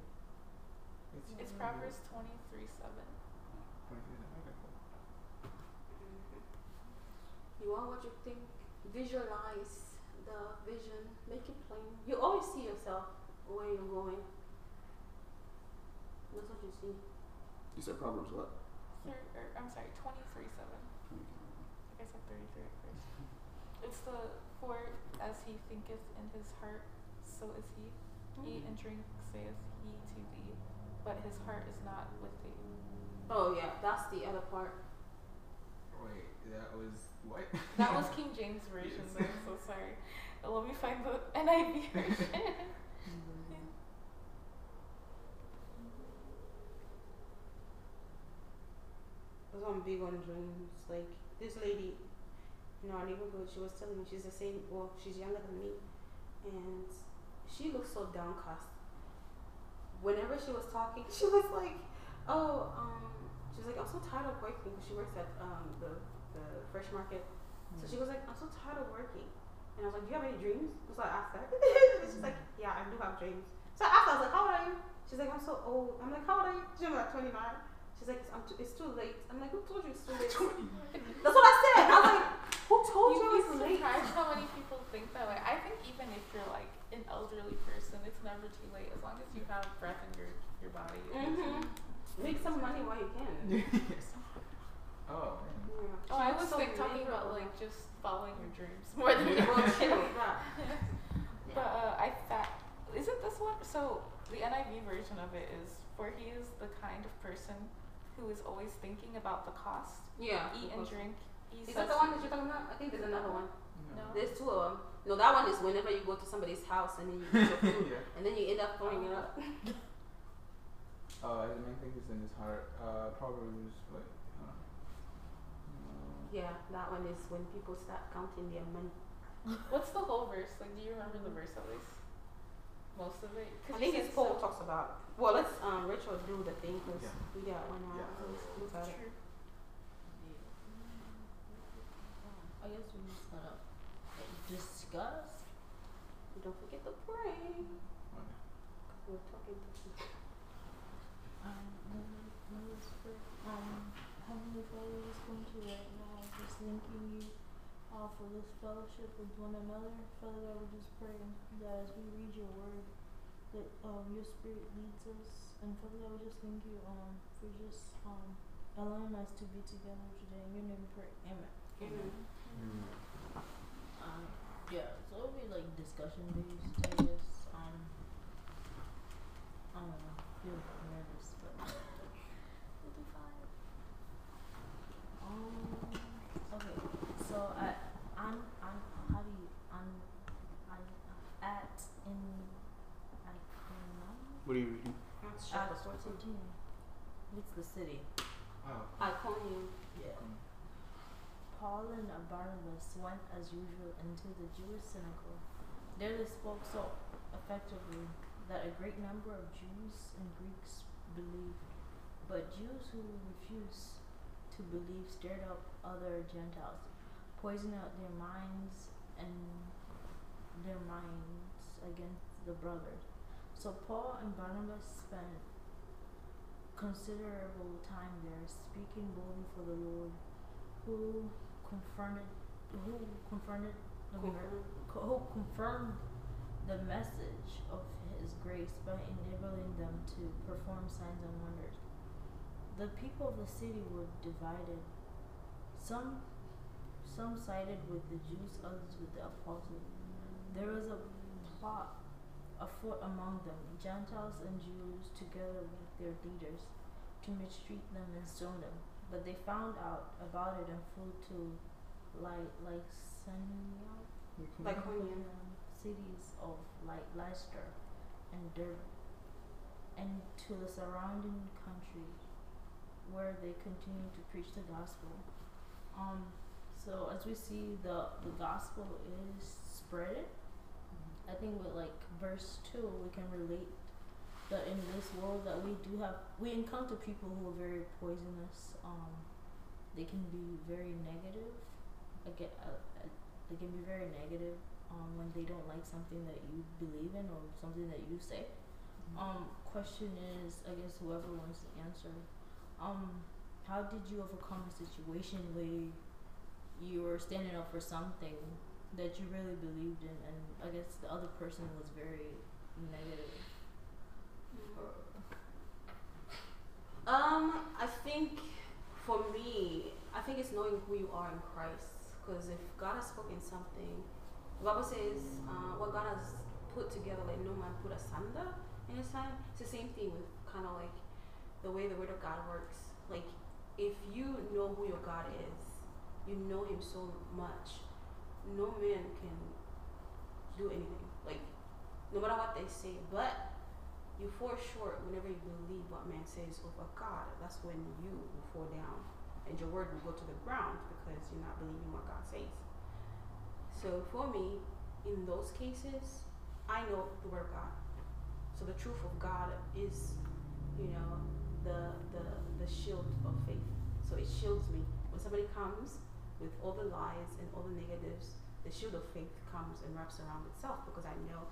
S5: It's,
S7: It's Proverbs twenty three seven.
S5: Okay, cool.
S2: You are what you think. Visualize the vision. Make it plain. You always see yourself where you're going. That's what you see.
S8: You said Proverbs what?
S7: Thir- or, I'm sorry, twenty three seven. I guess I'm thirty three at first. It's the for as he thinketh in his heart, so is he. Eat
S4: Oh.
S7: and drink, saith he to thee, but his heart is not with thee.
S2: Oh yeah, that's the other part.
S5: Wait, that was what?
S7: That was King James version.
S5: Yes.
S7: though, I'm so sorry. Uh, Let me find the [LAUGHS] NIV version.
S2: That's why I'm big on dreams. Like this lady in our neighborhood, she was telling me she's the same. Well, she's younger than me, and she looks so downcast. Whenever she was talking, [LAUGHS] she was like, "Oh, um," she was like, "I'm so tired of working." 'cause she works at um the the fresh market, so she was like, "I'm so tired of working," and I was like, "Do you have any dreams?" [LAUGHS] So I asked her. she's like, "Yeah, I do have dreams." So I asked her, I was like, "How old are you?" She's like, "I'm so old." I'm like, "How old are you?" She's like, "29." She's like, I'm t- it's too late. I'm like, who told you it's too late? That's what I said. I was like, who told you,
S7: You'd
S2: it's
S7: be
S2: late?
S7: surprised how many people think that way. I think even if you're like an elderly person, it's never too late as long as you have breath in your your body.
S2: Mm-hmm. Make some money while you can.
S5: [LAUGHS] yes. Oh, man.
S2: Yeah.
S7: Oh, I
S2: She
S7: was
S2: so
S7: like talking about like
S2: miserable. [LAUGHS]
S7: just following your dreams more than your [LAUGHS]
S2: well, true.
S7: dreams.
S2: Yeah.
S7: But uh, I thought, isn't this one? So the NIV version of it is, for he is the kind of person who is always thinking about the cost.
S2: yeah.
S7: Eat and drink. He
S2: Is that the
S7: says-
S2: one that you're talking about? I think there's another one.
S7: No.
S2: There's two of them. No, that one is whenever you go to somebody's house and then you eat your
S5: [LAUGHS]
S2: food
S5: Oh, yeah.
S2: and then you end up throwing it
S7: [LAUGHS]
S2: up.
S5: Uh, as a man thinketh in his heart, uh, Proverbs, what? Huh? No.
S2: Yeah, that one is when people start counting their money.
S7: What's the whole verse? Like, do you remember the verse at least? Most of it. 'Cause
S2: I
S7: you
S2: think
S7: said
S2: it's Paul
S7: so-
S2: talks about. Well, let's um, Rachel do the thing. 'cause-
S5: Yeah.
S2: Yeah, why not?
S5: Yeah.
S2: Let's look at it.
S7: True.
S4: I guess we just gotta like, discuss.
S2: Don't forget to pray.
S5: What?
S2: We're talking to you.
S4: Um, Heavenly- Heavenly Spirit, um, Heavenly Father, we just come to you right now, just thanking you all for this fellowship with one another. Father God, we just pray that as we read your word, that um, your Spirit leads us. And Father God, we just thank you um, for just um, allowing us to be together today. In your name we pray. Amen.
S2: Amen.
S3: Mm.
S4: Um, yeah, so it'll be like discussion based, I guess. Um, I don't know, I feel nervous, but. [LAUGHS]
S7: We'll do five.
S4: Um, okay, so at on on how do you on on at in like in
S8: What are you reading?
S2: Acts
S4: at
S2: chapter 14.
S4: fourteen. What's the city?
S5: Oh.
S2: I call him.
S4: Yeah.
S5: um,
S4: Paul and Barnabas went as usual into the Jewish synagogue. There they spoke so effectively that a great number of Jews and Greeks believed. But Jews who refused to believe stirred up other Gentiles, poisoning out their minds and their minds against the brothers. So Paul and Barnabas spent considerable time there, speaking boldly for the Lord who confronted who confronted the mer-
S2: Confirm.
S4: co- who confirmed the message of hi- his grace by enabling them to perform signs and wonders. The people of the city were divided. Some some sided with the Jews, others with the apostles. There was a plot afoot among them, Gentiles and Jews together with their leaders, to mistreat them and stone them. But they found out about it and flew to like Lycaonia,
S2: Like
S5: Mm-hmm.
S2: Lycaonia.
S4: cities of like Leicester and Durham, and to the surrounding country, where they continued to preach the gospel. Um, so as we see, the the gospel is spread. I think with like verse two, we can relate that in this world that we do have, we encounter people who are very poisonous. Um, they can be very negative. I get, uh, uh, they can be very negative um, when they don't like something that you believe in or something that you say. Um, question is, I guess whoever wants to answer. Um, how did you overcome a situation where you were standing up for something that you really believed in, and I guess the other person was very negative?
S2: Um, I think for me, I think it's knowing who you are in Christ. Because if God has spoken something, the Bible says uh, what God has put together, like no man put asunder in His time. It's the same thing with kind of like the way the Word of God works. Like if you know who your God is, you know Him so much, no man can do anything. Like no matter what they say, but you fall short whenever you believe what man says over God. That's when you will fall down and your word will go to the ground because you're not believing what God says. So for me, in those cases, I know the word of God. So the truth of God is, you know, the the the shield of faith. So it shields me. When somebody comes with all the lies and all the negatives, the shield of faith comes and wraps around itself because I know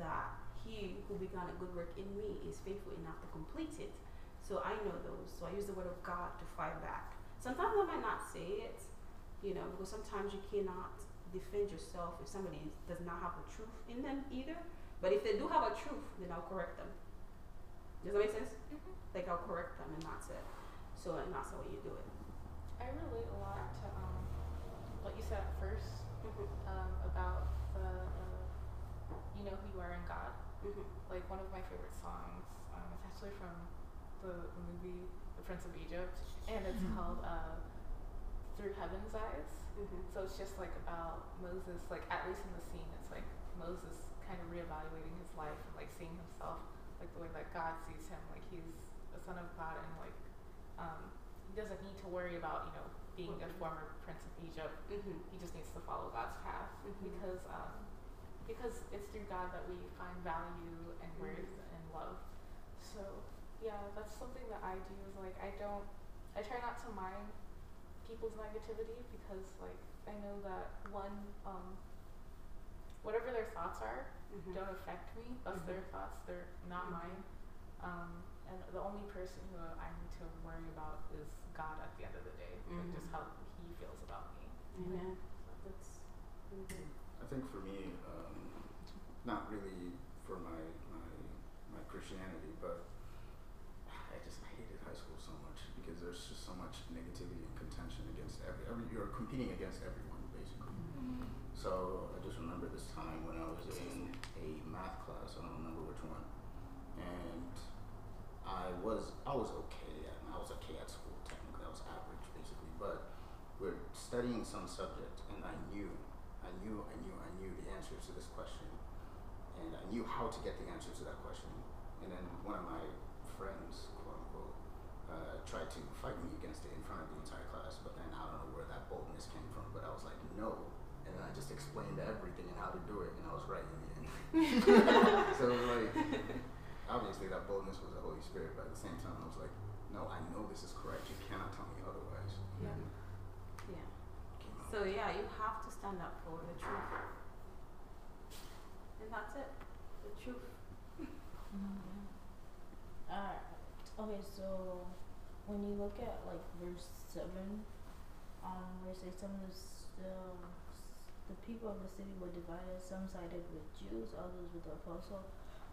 S2: that he who began a good work in me is faithful enough to complete it. So I know those. So I use the word of God to fight back. Sometimes I might not say it, you know, because sometimes you cannot defend yourself if somebody is- does not have the truth in them either. But if they do have a truth, then I'll correct them. Does that make sense?
S7: Mm-hmm.
S2: Like I'll correct them and not say, so and that's the way you do it.
S7: I relate a lot to um, what you said at first
S2: Mm-hmm.
S7: um, about the uh, you know who you are in God.
S2: Mm-hmm.
S7: Like one of my favorite songs, um, it's actually from the movie The Prince of Egypt, and it's
S4: Mm-hmm.
S7: called uh, Through Heaven's Eyes. So it's just like about Moses, like at least in the scene, it's like Moses kind of reevaluating his life and like seeing himself like the way that God sees him, like he's a son of God and like um, he doesn't need to worry about you know being a former prince of Egypt.
S2: Mm-hmm.
S7: He just needs to follow God's path
S2: Mhm.
S7: because um, because it's through God that we find value and
S2: Mhm.
S7: worth and love. So yeah, that's something that I do is like I don't I try not to mind people's negativity because like I know that one um, whatever their thoughts are
S2: Mm-hmm.
S7: don't affect me. That's
S2: Mhm.
S7: their thoughts. They're not
S2: Mhm.
S7: mine. Um, and the only person who I need to worry about is God at the end of the day, like just
S2: Mhm.
S7: how He feels about me.
S2: Amen. That's really good.
S1: I think for me, um, not really for my, my my Christianity, but I just I hated high school so much because there's just so much negativity and contention against every, every you're competing against everyone basically.
S4: Mm,
S1: So I just remember this time when I was in a math class. I don't remember which one, and I was I was okay. At, I was okay at school technically. I was average basically, but we're studying some subject, and I knew, I knew, I knew, I knew the answers to this question, and I knew how to get the answers to that question. And then one of my friends, quote unquote, uh, tried to fight me against it in front of the entire class. But then I don't know where that boldness came from. But I was like, no. And then I just explained everything and how to do it, and I was right in the end. so it was like, obviously that boldness was the Holy Spirit, but at the same time I was like, no, I know this is correct. You cannot tell me otherwise.
S2: Yeah. Yeah. So yeah, you have to stand up for the truth. And that's it. The truth.
S4: Alright. Uh, Okay, so when you look at like verse seven, um, where it says some of the, s- the the people of the city were divided. Some sided with Jews, others with the apostle.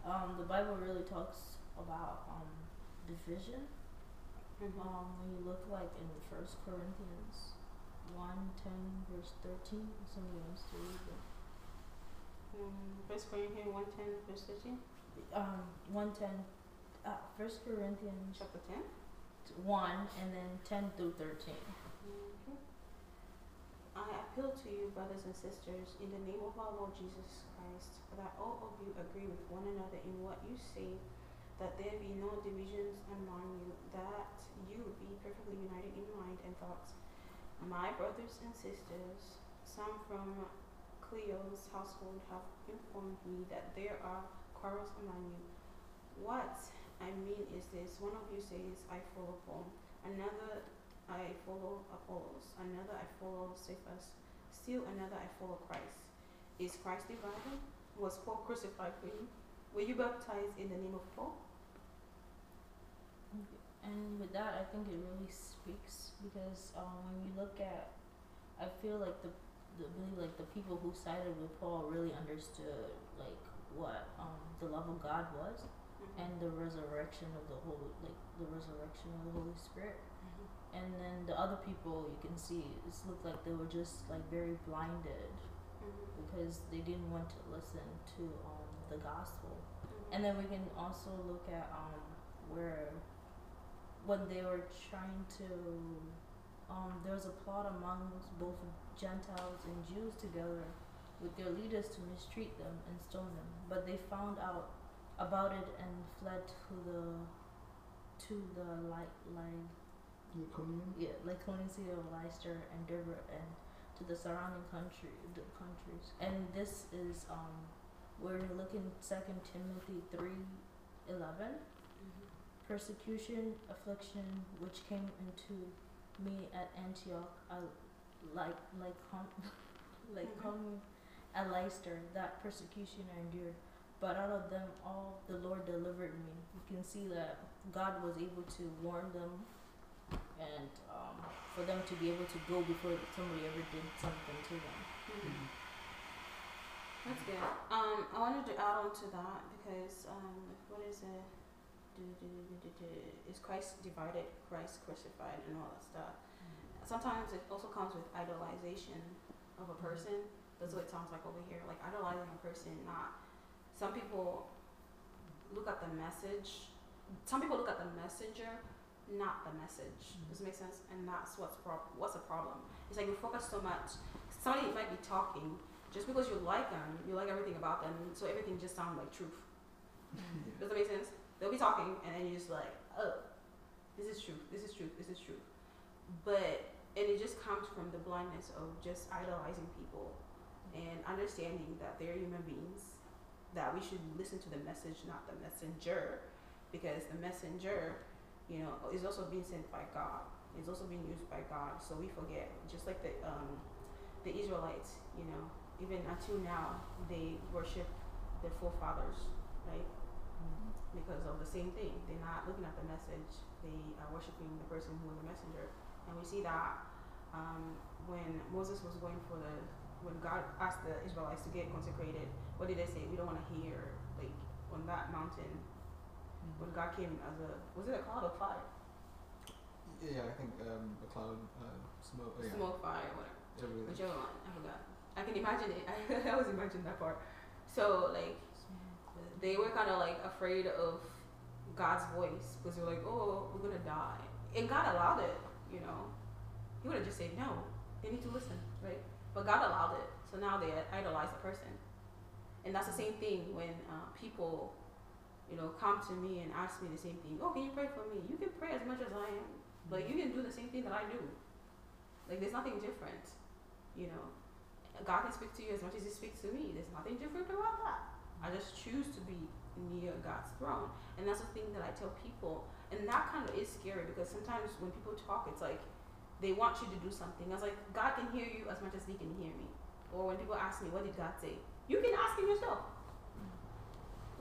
S4: um, the Bible really talks about um, division.
S2: Mm-hmm.
S4: Um, when you look like in First Corinthians one ten verse thirteen, somebody wants to read it.
S2: First Corinthians one ten mm, verse thirteen,
S4: Um, one ten, uh, First Corinthians
S2: chapter ten.
S4: one, and then ten through thirteen.
S2: Okay. I appeal to you, brothers and sisters, in the name of our Lord Jesus Christ, that all of you agree with one another in what you say, that there be no divisions among you, that you be perfectly united in mind and thoughts. My brothers and sisters, some from Cleo's household have informed me that there are quarrels among you. What I mean is this one of you says, I follow Paul, another I follow Apollos, another I follow Cephas, still another I follow Christ. Is Christ divided? Was Paul crucified for you? Were you baptized in the name of Paul?
S4: And with that, I think it really speaks because um, when you look at, I feel like the, the believe like the people who sided with Paul really understood like what um, the love of God was
S2: Mm-hmm.
S4: and the resurrection of the holy like the resurrection of the Holy Spirit. And then the other people you can see it's looked like they were just like very blinded
S2: Mm-hmm.
S4: because they didn't want to listen to um, the gospel. And then we can also look at um, where when they were trying to um, there was a plot among both Gentiles and Jews together with their leaders to mistreat them and stone them. But they found out about it and fled to the to the light light
S5: You come in?
S4: yeah, Lyconian city of Leicester and Dover and to the surrounding country the countries. And this is um we're looking second Timothy three eleven.
S2: Mm-hmm.
S4: Persecution, affliction which came into me at Antioch I like like com [LAUGHS] like
S2: Mhm.
S4: come at Leicester, that persecution I endured. But out of them all the Lord delivered me. You can see that God was able to warn them and um, for them to be able to go before somebody ever did something to them.
S2: That's good. Um, I wanted to add on to that because um, what is it? Do, do, do, do, do, do. Is Christ divided? Christ crucified and all that stuff. Sometimes it also comes with idolization of a person. That's what it sounds like over here. Like idolizing a person, not. Some people look at the message. Some people look at the messenger, not the message. Does it make sense? And that's what's prob- what's a problem. It's like you focus so much. Somebody might be talking, just because you like them, you like everything about them, so everything just sounds like truth. Does that make sense? They'll be talking, and then you're just like, oh, this is truth, this is truth, this is truth. But, and it just comes from the blindness of just idolizing people and understanding that they're human beings, that we should listen to the message, not the messenger, because the messenger, you know, is also being sent by God. It's also being used by God, so we forget. Just like the um, the Israelites, you know, even until now, they worship their forefathers, right? Because of the same thing. They're not looking at the message, they are worshiping the person who was the messenger. And we see that um, when Moses was going for the, when God asked the Israelites to get consecrated, what did they say? We don't want to hear, like, on that mountain, when God came as a, was it a cloud of fire?
S5: Yeah, I think um, a cloud uh, smoke. Yeah,
S2: Smoke fire, whatever.
S5: it really-
S2: Whichever one, I forgot. I can imagine it. [LAUGHS] I always imagine that part. So like, they were kind of like afraid of God's voice because they're like, oh, we're gonna die, and God allowed it. You know, He would have just said no. They need to listen, right? But God allowed it, so now they idolize the person, and that's the same thing when uh, people, you know, come to me and ask me the same thing. Oh, can you pray for me? You can pray as much as I am, but you can do the same thing that I do. Like, there's nothing different you know, God can speak to you as much as He speaks to me. There's nothing different about that. I just choose to be near God's throne, and that's the thing that I tell people. And that kind of is scary because sometimes when people talk, it's like they want you to do something. I was like, God can hear you as much as He can hear me. Or when people ask me, what did God say? You can ask Him yourself.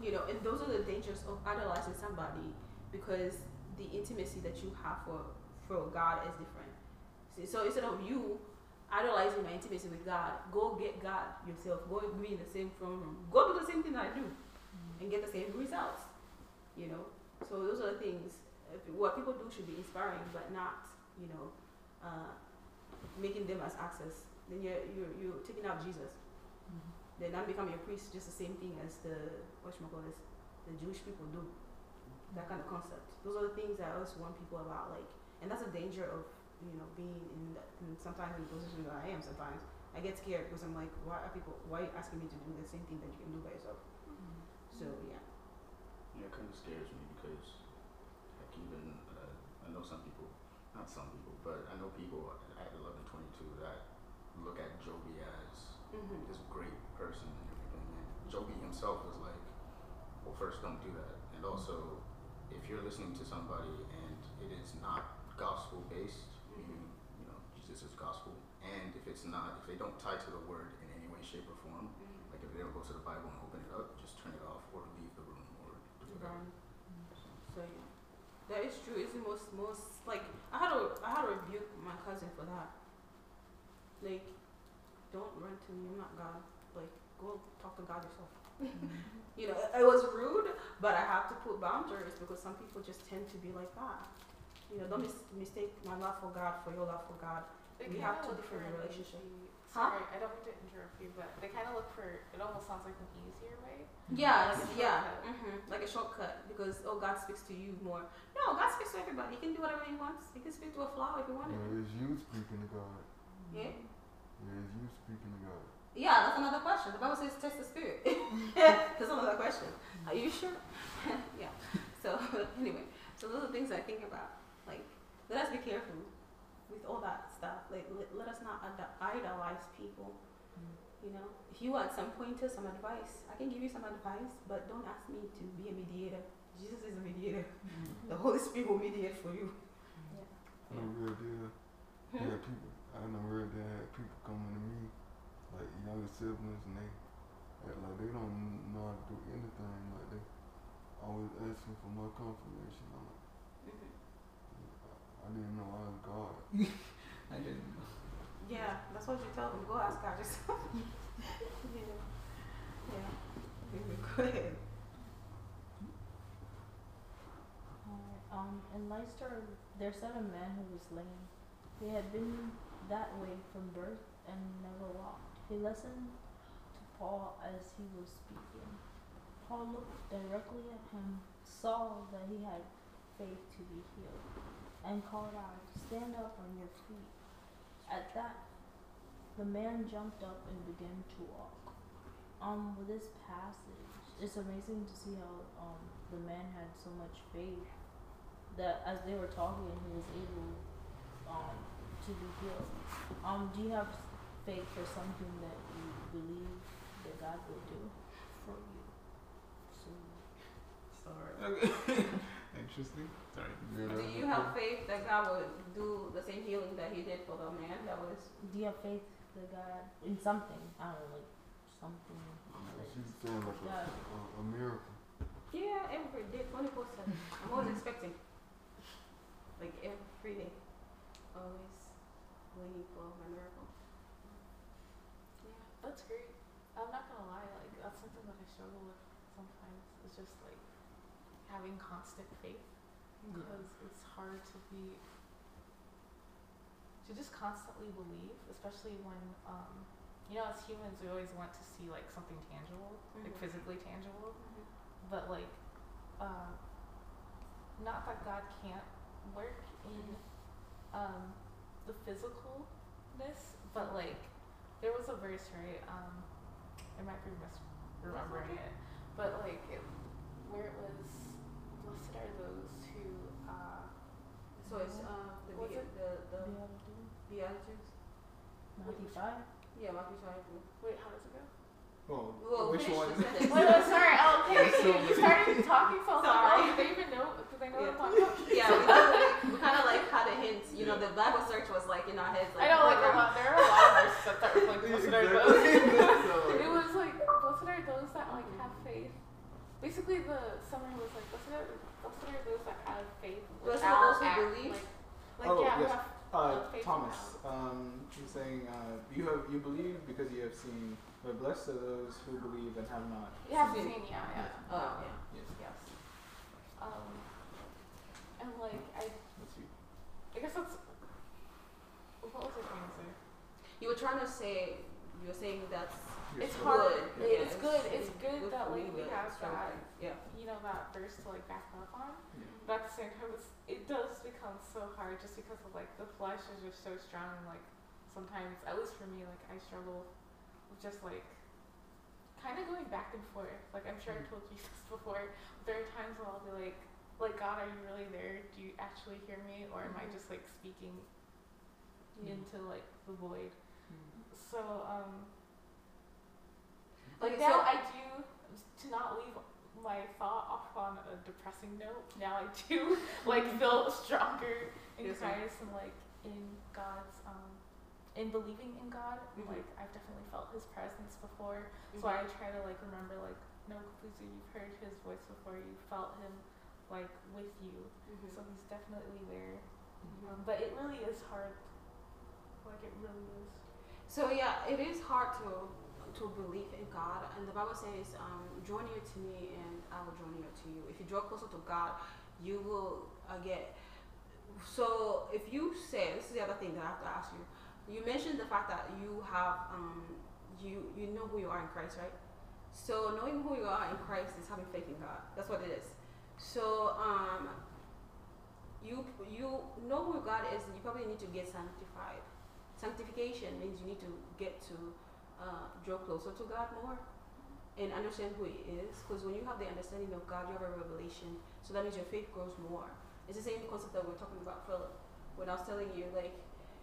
S2: You know, and those are the dangers of idolizing somebody because the intimacy that you have for for God is different. See, so instead of you idolizing my intimacy with God, go get God yourself. Go be in the same throne room. Go do the same thing I do, and get the same results. You know, so those are the things. If, what people do should be inspiring, but not you know, uh, making them as access. Then you're you're, you're taking out Jesus.
S4: Mm-hmm.
S2: Then that become your priest, just the same thing as the what this, the Jewish people do. That kind of concept. Those are the things that I always warn people about. Like, and that's a danger of you know being in, the, in sometimes in the position that I am. Sometimes I get scared because I'm like, why are people? Why are you asking me to do the same thing that you can do by yourself? So
S4: Mm-hmm.
S2: yeah.
S1: Yeah, it kind of scares me because, like, even uh, I know some people, not some people, but I know people at 11, 22 that look at Joby as
S2: Mm-hmm.
S1: this great person and everything. And Joby himself was like, well, first, don't do that. And also, if you're listening to somebody and it is not gospel based, meaning, you know, Jesus is gospel, and if it's not, if they don't tie to the word in any way, shape, or form, like if they don't go to the Bible and open it up, just turn it off or leave the room or do whatever.
S2: Right. So yeah, that is true. It's the most most like I had to I had to rebuke my cousin for that. Like, don't run to me. I'm not God. Like, go talk to God yourself.
S4: Mm-hmm.
S2: you know, it, it was rude, but I have to put boundaries because some people just tend to be like that. You know, don't mis- mistake my love for God for your love for God.
S7: They
S2: We
S7: kinda
S2: have two
S7: look for
S2: different
S7: an
S2: relationship.
S7: easy-
S2: Huh?
S7: Sorry, I don't mean to interrupt you, but they kind of look for. It almost sounds like an easier way. Like
S2: Yeah,
S7: a
S2: yeah,
S7: shortcut.
S2: hmm like a shortcut because oh, God speaks to you more. No, God speaks to everybody. He can do whatever He wants. He can speak to a flower if He wanted.
S3: Well, is
S5: Mm-hmm.
S3: you speaking to God?
S2: Yeah.
S3: Well, is you speaking to God?
S2: Yeah, that's another question. The Bible says test the spirit. [LAUGHS] that's another question. Are you sure? [LAUGHS] yeah. So [LAUGHS] anyway, so those are things I think about. Like, let us be careful with all that stuff. Like, let, let us not ad- idolize people. You know, if you want some pointers, some advice, I can give you some advice, but don't ask me to be a mediator. Jesus is a mediator. [LAUGHS] The Holy Spirit will mediate for you.
S3: I know real deal.
S2: Hmm?
S3: Yeah, people. I know real deal. Had people coming to me, like younger siblings, and they act like they don't know how to do anything. Like they always asking for my confirmation. I'm like,
S2: Mhm.
S3: I, I didn't know I was God.
S5: [LAUGHS] I didn't.
S2: Yeah, that's what you tell them. Go ask God yourself. [LAUGHS] yeah. Yeah. [LAUGHS] Go ahead.
S4: Alright, Um, in Leicester, there sat a man who was lame. He had been that way from birth and never walked. He listened to Paul as he was speaking. Paul looked directly at him, saw that he had faith to be healed, and called out, Stand up on your feet. At that, the man jumped up and began to walk. Um, with this passage, it's amazing to see how um the man had so much faith that as they were talking, he was able um to be healed. Um, do you have faith for something that you believe that God will do for you? So, sorry.
S3: [LAUGHS]
S5: Okay. Interesting. Sorry.
S3: Yeah,
S2: Do
S3: that's
S2: you
S3: what
S2: have
S3: they-
S2: faith that God will do the same healing that He did for the man that was?
S4: Do you have faith that God in something? I don't know, like something.
S3: Yeah,
S4: that-
S3: She was saying like a, a, a
S1: [LAUGHS]
S3: miracle.
S2: Yeah, every day, twenty four seven. I'm always expecting, like every day, always waiting for my miracle.
S7: Yeah, that's great. I'm not gonna lie, like that's something that I struggle with sometimes. It's just like having constant faith because it's hard to be to just constantly believe, especially when um, you know as humans we always want to see like something tangible, like
S2: Mhm.
S7: physically tangible,
S2: Mm-hmm.
S7: but like um, not that God can't work in
S4: Mm-hmm.
S7: um, the physicalness, but like there was a verse right. Um, I might be misremembering
S2: okay.
S7: it, but like it, where it was, blessed are those who. Uh,
S2: So it's uh, the
S7: What's
S2: be-
S7: it?
S2: the the
S4: Do you have to do?
S2: beatitudes.
S4: Matthew five.
S2: Yeah, Matthew twenty-two.
S7: wait, how does it
S4: [LAUGHS]
S7: go?
S5: Well,
S2: Well,
S5: which
S2: finish
S5: one?
S2: the
S5: [LAUGHS]
S2: sentence.
S7: Wait, no, [LAUGHS] sorry. Oh, okay.
S5: There's so
S7: you
S5: many.
S7: started talking so
S2: So
S7: loud. They even know. Do they know what I'm talking about?
S2: Yeah, we, did- we kind of like had a hint. You know, the Bible search was like in our heads.
S7: I
S2: Like,
S7: know, like a
S2: program.
S7: lot. There are a lot of verses that start with like blessed are
S1: [LAUGHS]
S7: those.
S5: Exactly. [LAUGHS]
S4: [LAUGHS]
S7: It was like blessed are those that like have faith. Basically, the summary was like blessed are blessed are those that have faith
S2: Blessed
S7: without
S2: are those who
S7: act.
S2: believe.
S7: Like, like
S5: Oh,
S7: yeah, who
S5: yes.
S7: have
S5: Uh,
S7: faith in
S5: Thomas,
S7: God.
S5: um, he was saying uh, you have you believe because you have seen But blessed are those who believe and have not.
S4: You have
S2: Seen.
S4: seen, yeah, yeah.
S2: Oh,
S4: Um,
S2: yeah.
S5: Yes,
S4: Yes. Um, and like I,
S5: that's you.
S4: I guess that's. What was I going to say?
S2: You were trying to say, you were saying that's
S5: You're
S4: It's
S5: so-
S4: hard.
S5: Yeah.
S4: It's good. It's good
S2: good
S4: that,
S2: for
S4: like,
S2: you,
S4: we
S2: like,
S4: have
S2: strong
S4: that.
S2: thing. Yeah.
S4: You know that verse to like back up on.
S5: Yeah.
S4: But at the same time, it's, it does become so hard just because of like the flesh is just so strong and like sometimes, at least for me, like I struggle with just like kind of going back and forth. Like I'm sure I
S5: Mhm.
S4: told you [LAUGHS] this before. But there are times where I'll be like, like God, are you really there? Do you actually hear me, or am I
S2: Mhm.
S4: just like speaking
S2: Yeah.
S4: into like the void? So um,
S2: Like
S4: like
S2: it's
S4: now
S2: so-
S4: I do to not leave my thought off on a depressing note. Now I [LAUGHS] do like feel stronger in
S2: Yes, ma'am.
S4: Christ and like in God's um in believing in God.
S2: Mhm.
S4: Like I've definitely felt His presence before, so I try to like remember like no, Kapuzu, you've heard His voice before. You felt Him like with you,
S2: Mhm.
S4: so He's definitely there.
S2: Mhm.
S4: Um, but it really is hard. Like it really is.
S2: So yeah, it is hard to to believe in God, and the Bible says, um, "Draw near to me, and I will draw near to you." If you draw closer to God, you will uh, get. So if you say this is the other thing that I have to ask you. You mentioned the fact that you have um, you you know who you are in Christ, right? So knowing who you are in Christ is having faith in God. That's what it is. So um, you you know who God is. You probably need to get sanctified. Sanctification means you need to get to uh, draw closer to God more and understand who He is. Because when you have the understanding of God, you have a revelation. So that means your faith grows more. It's the same concept that we we're talking about, Philip, when I was telling you, like,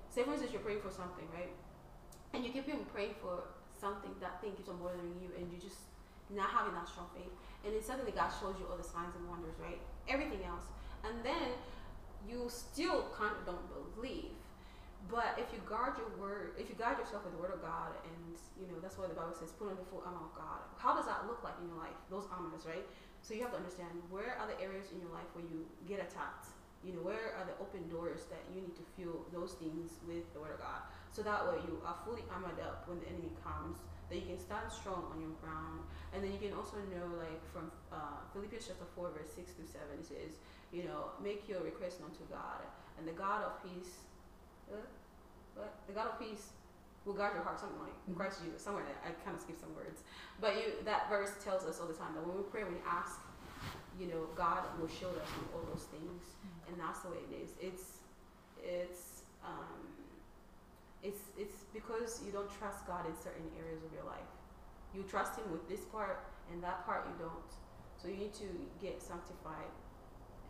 S2: say for instance, you're praying for something, right? And you keep on praying for something that thing keeps on bothering you, and you just not having that strong faith. And then suddenly God shows you all the signs and wonders, right? Everything else. And then you still kind of don't believe. But if you guard your word, if you guard yourself with the word of God, and you know that's why the Bible says, put on the full armor of God. How does that look like in your life? Those armors, right? So you have to understand where are the areas in your life where you get attacked. You know where are the open doors that you need to fill those things with the word of God, so that way you are fully armored up when the enemy comes, that you can stand strong on your ground, and then you can also know like from uh, Philippians chapter four verse six through seven it says, you know, make your request known to God, and the God of peace. Uh, but the God of peace will guard your heart, something like in Christ Jesus, somewhere that I kind of skipped some words. But you, that verse tells us all the time that when we pray, when we ask, you know, God will shield us from all those things, and that's the way it is. It's, it's, um, it's, it's because you don't trust God in certain areas of your life. You trust Him with this part, and that part you don't. So you need to get sanctified.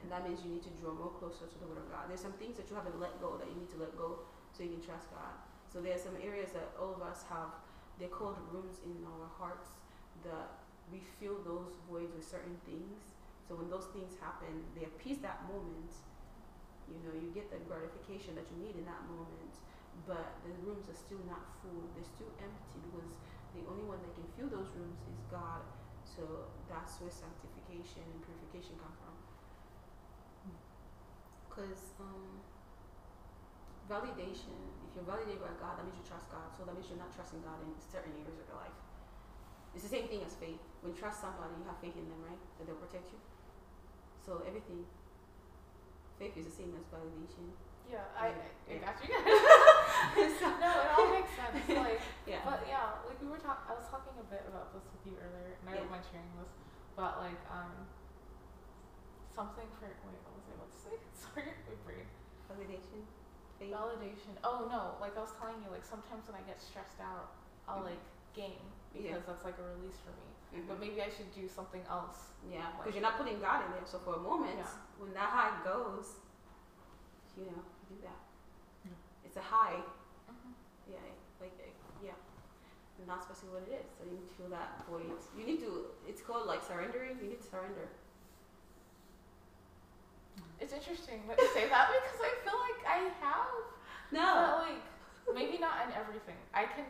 S2: And that means you need to draw more closer to the Word of God. There's some things that you haven't let go that you need to let go so you can trust God. So there are some areas that all of us have. They're called rooms in our hearts that we fill those voids with certain things. So when those things happen, they appease that moment. You know, you get the gratification that you need in that moment, but the rooms are still not full. They're still empty because the only one that can fill those rooms is God. So that's where sanctification and purification come from. Because um, validation if you're validated by god that means you trust god so that means you're not trusting god in certain areas of your life it's the same thing as faith when you trust somebody you have faith in them right that they'll protect you so everything faith is the same as
S4: [LAUGHS]
S2: validation [LAUGHS]
S4: Yeah, I, I
S2: Yeah.
S4: got you guys. [LAUGHS] no, it all makes [LAUGHS] sense. Like,
S2: yeah
S4: but yeah, like we were talking. I was talking a bit about this with you earlier, and I
S2: Yeah.
S4: don't mind sharing this. But like, um, something for wait, what was I about to say? [LAUGHS] Sorry, my brain.
S2: validation faith
S4: Validation. Oh no, like I was telling you, like sometimes when I get stressed out, I'll
S2: Mhm.
S4: like game
S2: Yeah.
S4: because that's like a release for me.
S2: Mhm.
S4: But maybe I should do something else.
S2: yeah because you're not putting god in there so for a moment
S4: Yeah.
S2: when that high goes you know you do that it's a high
S4: Mm-hmm.
S2: Yeah, like uh, yeah, and that's basically what it is. So you need to feel that void. You need to. It's called like surrendering. You need to surrender.
S4: It's interesting that you say that [LAUGHS] because I feel like I have
S2: No.
S4: But like, maybe not in everything. I can,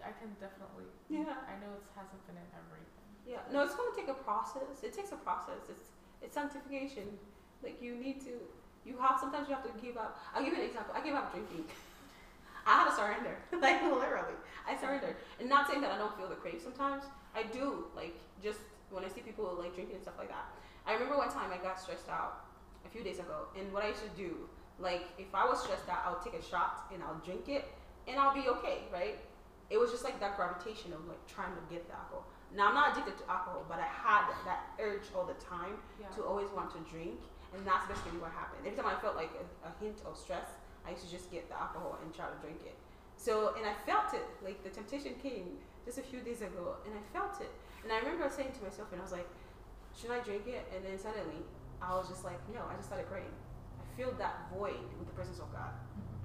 S4: I can definitely.
S2: Yeah.
S4: I know it hasn't been in everything.
S2: Yeah. No, it's gonna take a process. It takes a process. It's it's sanctification. Like you need to. You have sometimes you have to give up. I'll give you an example. I gave up drinking. [LAUGHS] I had to surrender. [LAUGHS] like literally, I surrendered. And not saying that I don't feel the crave sometimes. I do. Like just when I see people like drinking and stuff like that. I remember one time I got stressed out a few days ago, and what I used to do, like if I was stressed out, I'll take a shot and I'll drink it, and I'll be okay, right? It was just like that gravitation of like trying to get the alcohol. Now I'm not addicted to alcohol, but I had that urge all the time
S7: Yeah.
S2: to always want to drink, and that's basically what happened. Every time I felt like a, a hint of stress, I used to just get the alcohol and try to drink it. So, and I felt it, like the temptation came just a few days ago, and I felt it. And I remember saying to myself, and I was like, should I drink it? And then suddenly, I was just like, no, I just started praying. I filled that void with the presence of God.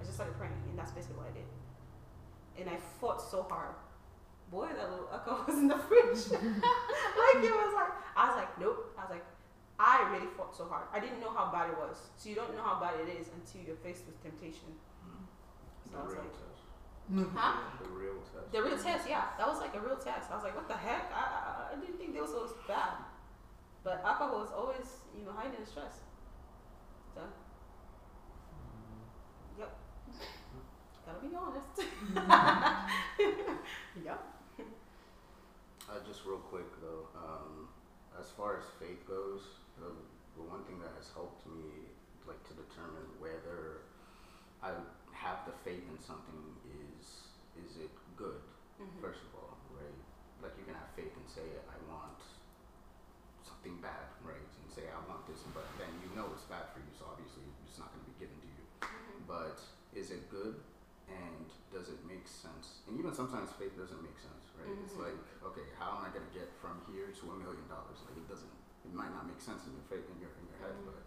S2: I just started praying, and that's basically what I did. And I fought so hard. Boy, that little alcohol [LAUGHS] was in the fridge. like, it was like, I was like, nope. I was like, I really fought so hard. I didn't know how bad it was. So you don't know how bad it is until you're faced with temptation.
S1: The
S2: So I was
S1: real
S2: like,
S1: test.
S5: Mm-hmm.
S2: huh?
S1: The real test.
S2: The real test, yeah. That was like a real test. I was like, what the heck? I, I, I didn't think this was bad. But alcohol is always, you know, hiding the stress. So, [LAUGHS] yep. Gotta be [LAUGHS] honest. yep.
S1: Uh, just real quick though, um, as far as faith goes, the, the one thing that has helped me like to determine whether I have the faith in something is is it good
S2: Mm-hmm.
S1: first of all, right? Like you can have faith and say I want something bad, right? And say I want this, but then you know it's bad for you, so obviously it's not going to be given to you
S2: Mm-hmm.
S1: but is it good and does it make sense? And even sometimes faith doesn't make sense, right? It's
S2: Mhm.
S1: like, okay, how am I going to get from here to a million dollars? Like it doesn't, it might not make sense in your faith in your in your head,
S2: Mhm.
S1: but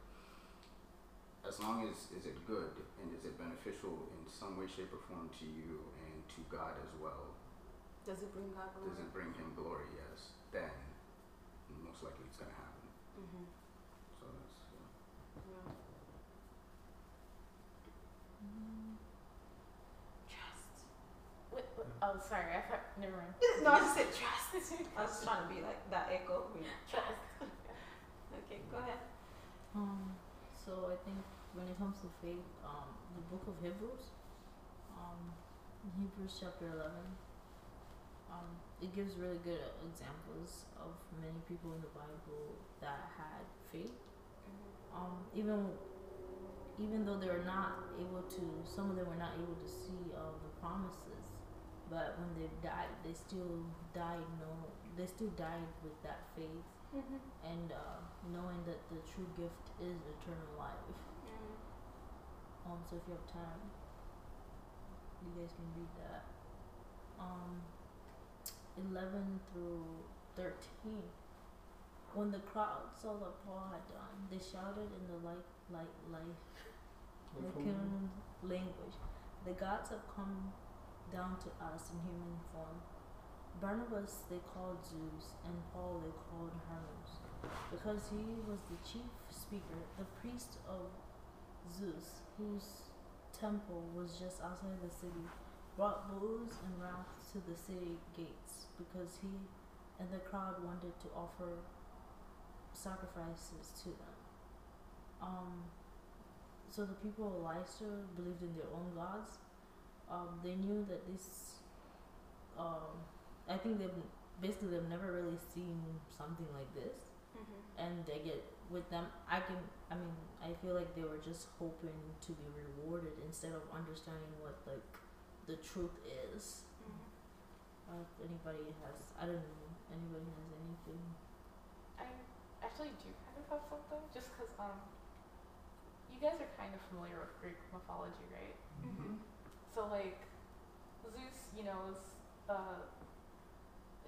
S1: as long as is it good and is it beneficial in some way, shape, or form to you and to God as well?
S2: Does it bring God
S1: Does it bring Him glory? Yes, then most likely it's going to happen.
S2: Mm-hmm.
S1: So that's yeah.
S2: Yeah. Trust.
S7: Wait, wait, oh, sorry. I thought. Never mind.
S2: No, I just [LAUGHS] said trust. I was trying to be like that echo.
S7: Trust.
S2: Okay, go ahead.
S4: Um, so I think when it comes to faith, um, the book of Hebrews, um, in Hebrews chapter 11, um, it gives really good examples of many people in the Bible that had faith. Um, even even though they were not able to, some of them were not able to see uh, the promises, but when they died, they still died. No, they still died with that faith and uh, knowing that the true gift is eternal life. Um, so if you have time, you guys can read that. Um, 11 through 13. When the crowd saw what Paul had done, they shouted in the light, light, light Lycaon's language. The gods have come down to us in human form. Barnabas they called Zeus, and Paul they called Hermes, because he was the chief speaker, the priest of Zeus, whose temple was just outside the city, brought booze and wrath to the city gates, because he and the crowd wanted to offer sacrifices to them. Um, so the people of Leicester believed in their own gods. Um, they knew that this. Um, I think they've basically they've never really seen something like this, and they get with them. I can. I mean, I feel like they were just hoping to be rewarded instead of understanding what like the truth is. Uh, if anybody has, I don't know. Anybody has anything?
S7: I actually do kind of have something, just 'cause um, you guys are kind of familiar with Greek mythology, right? So like, Zeus, you know, is uh,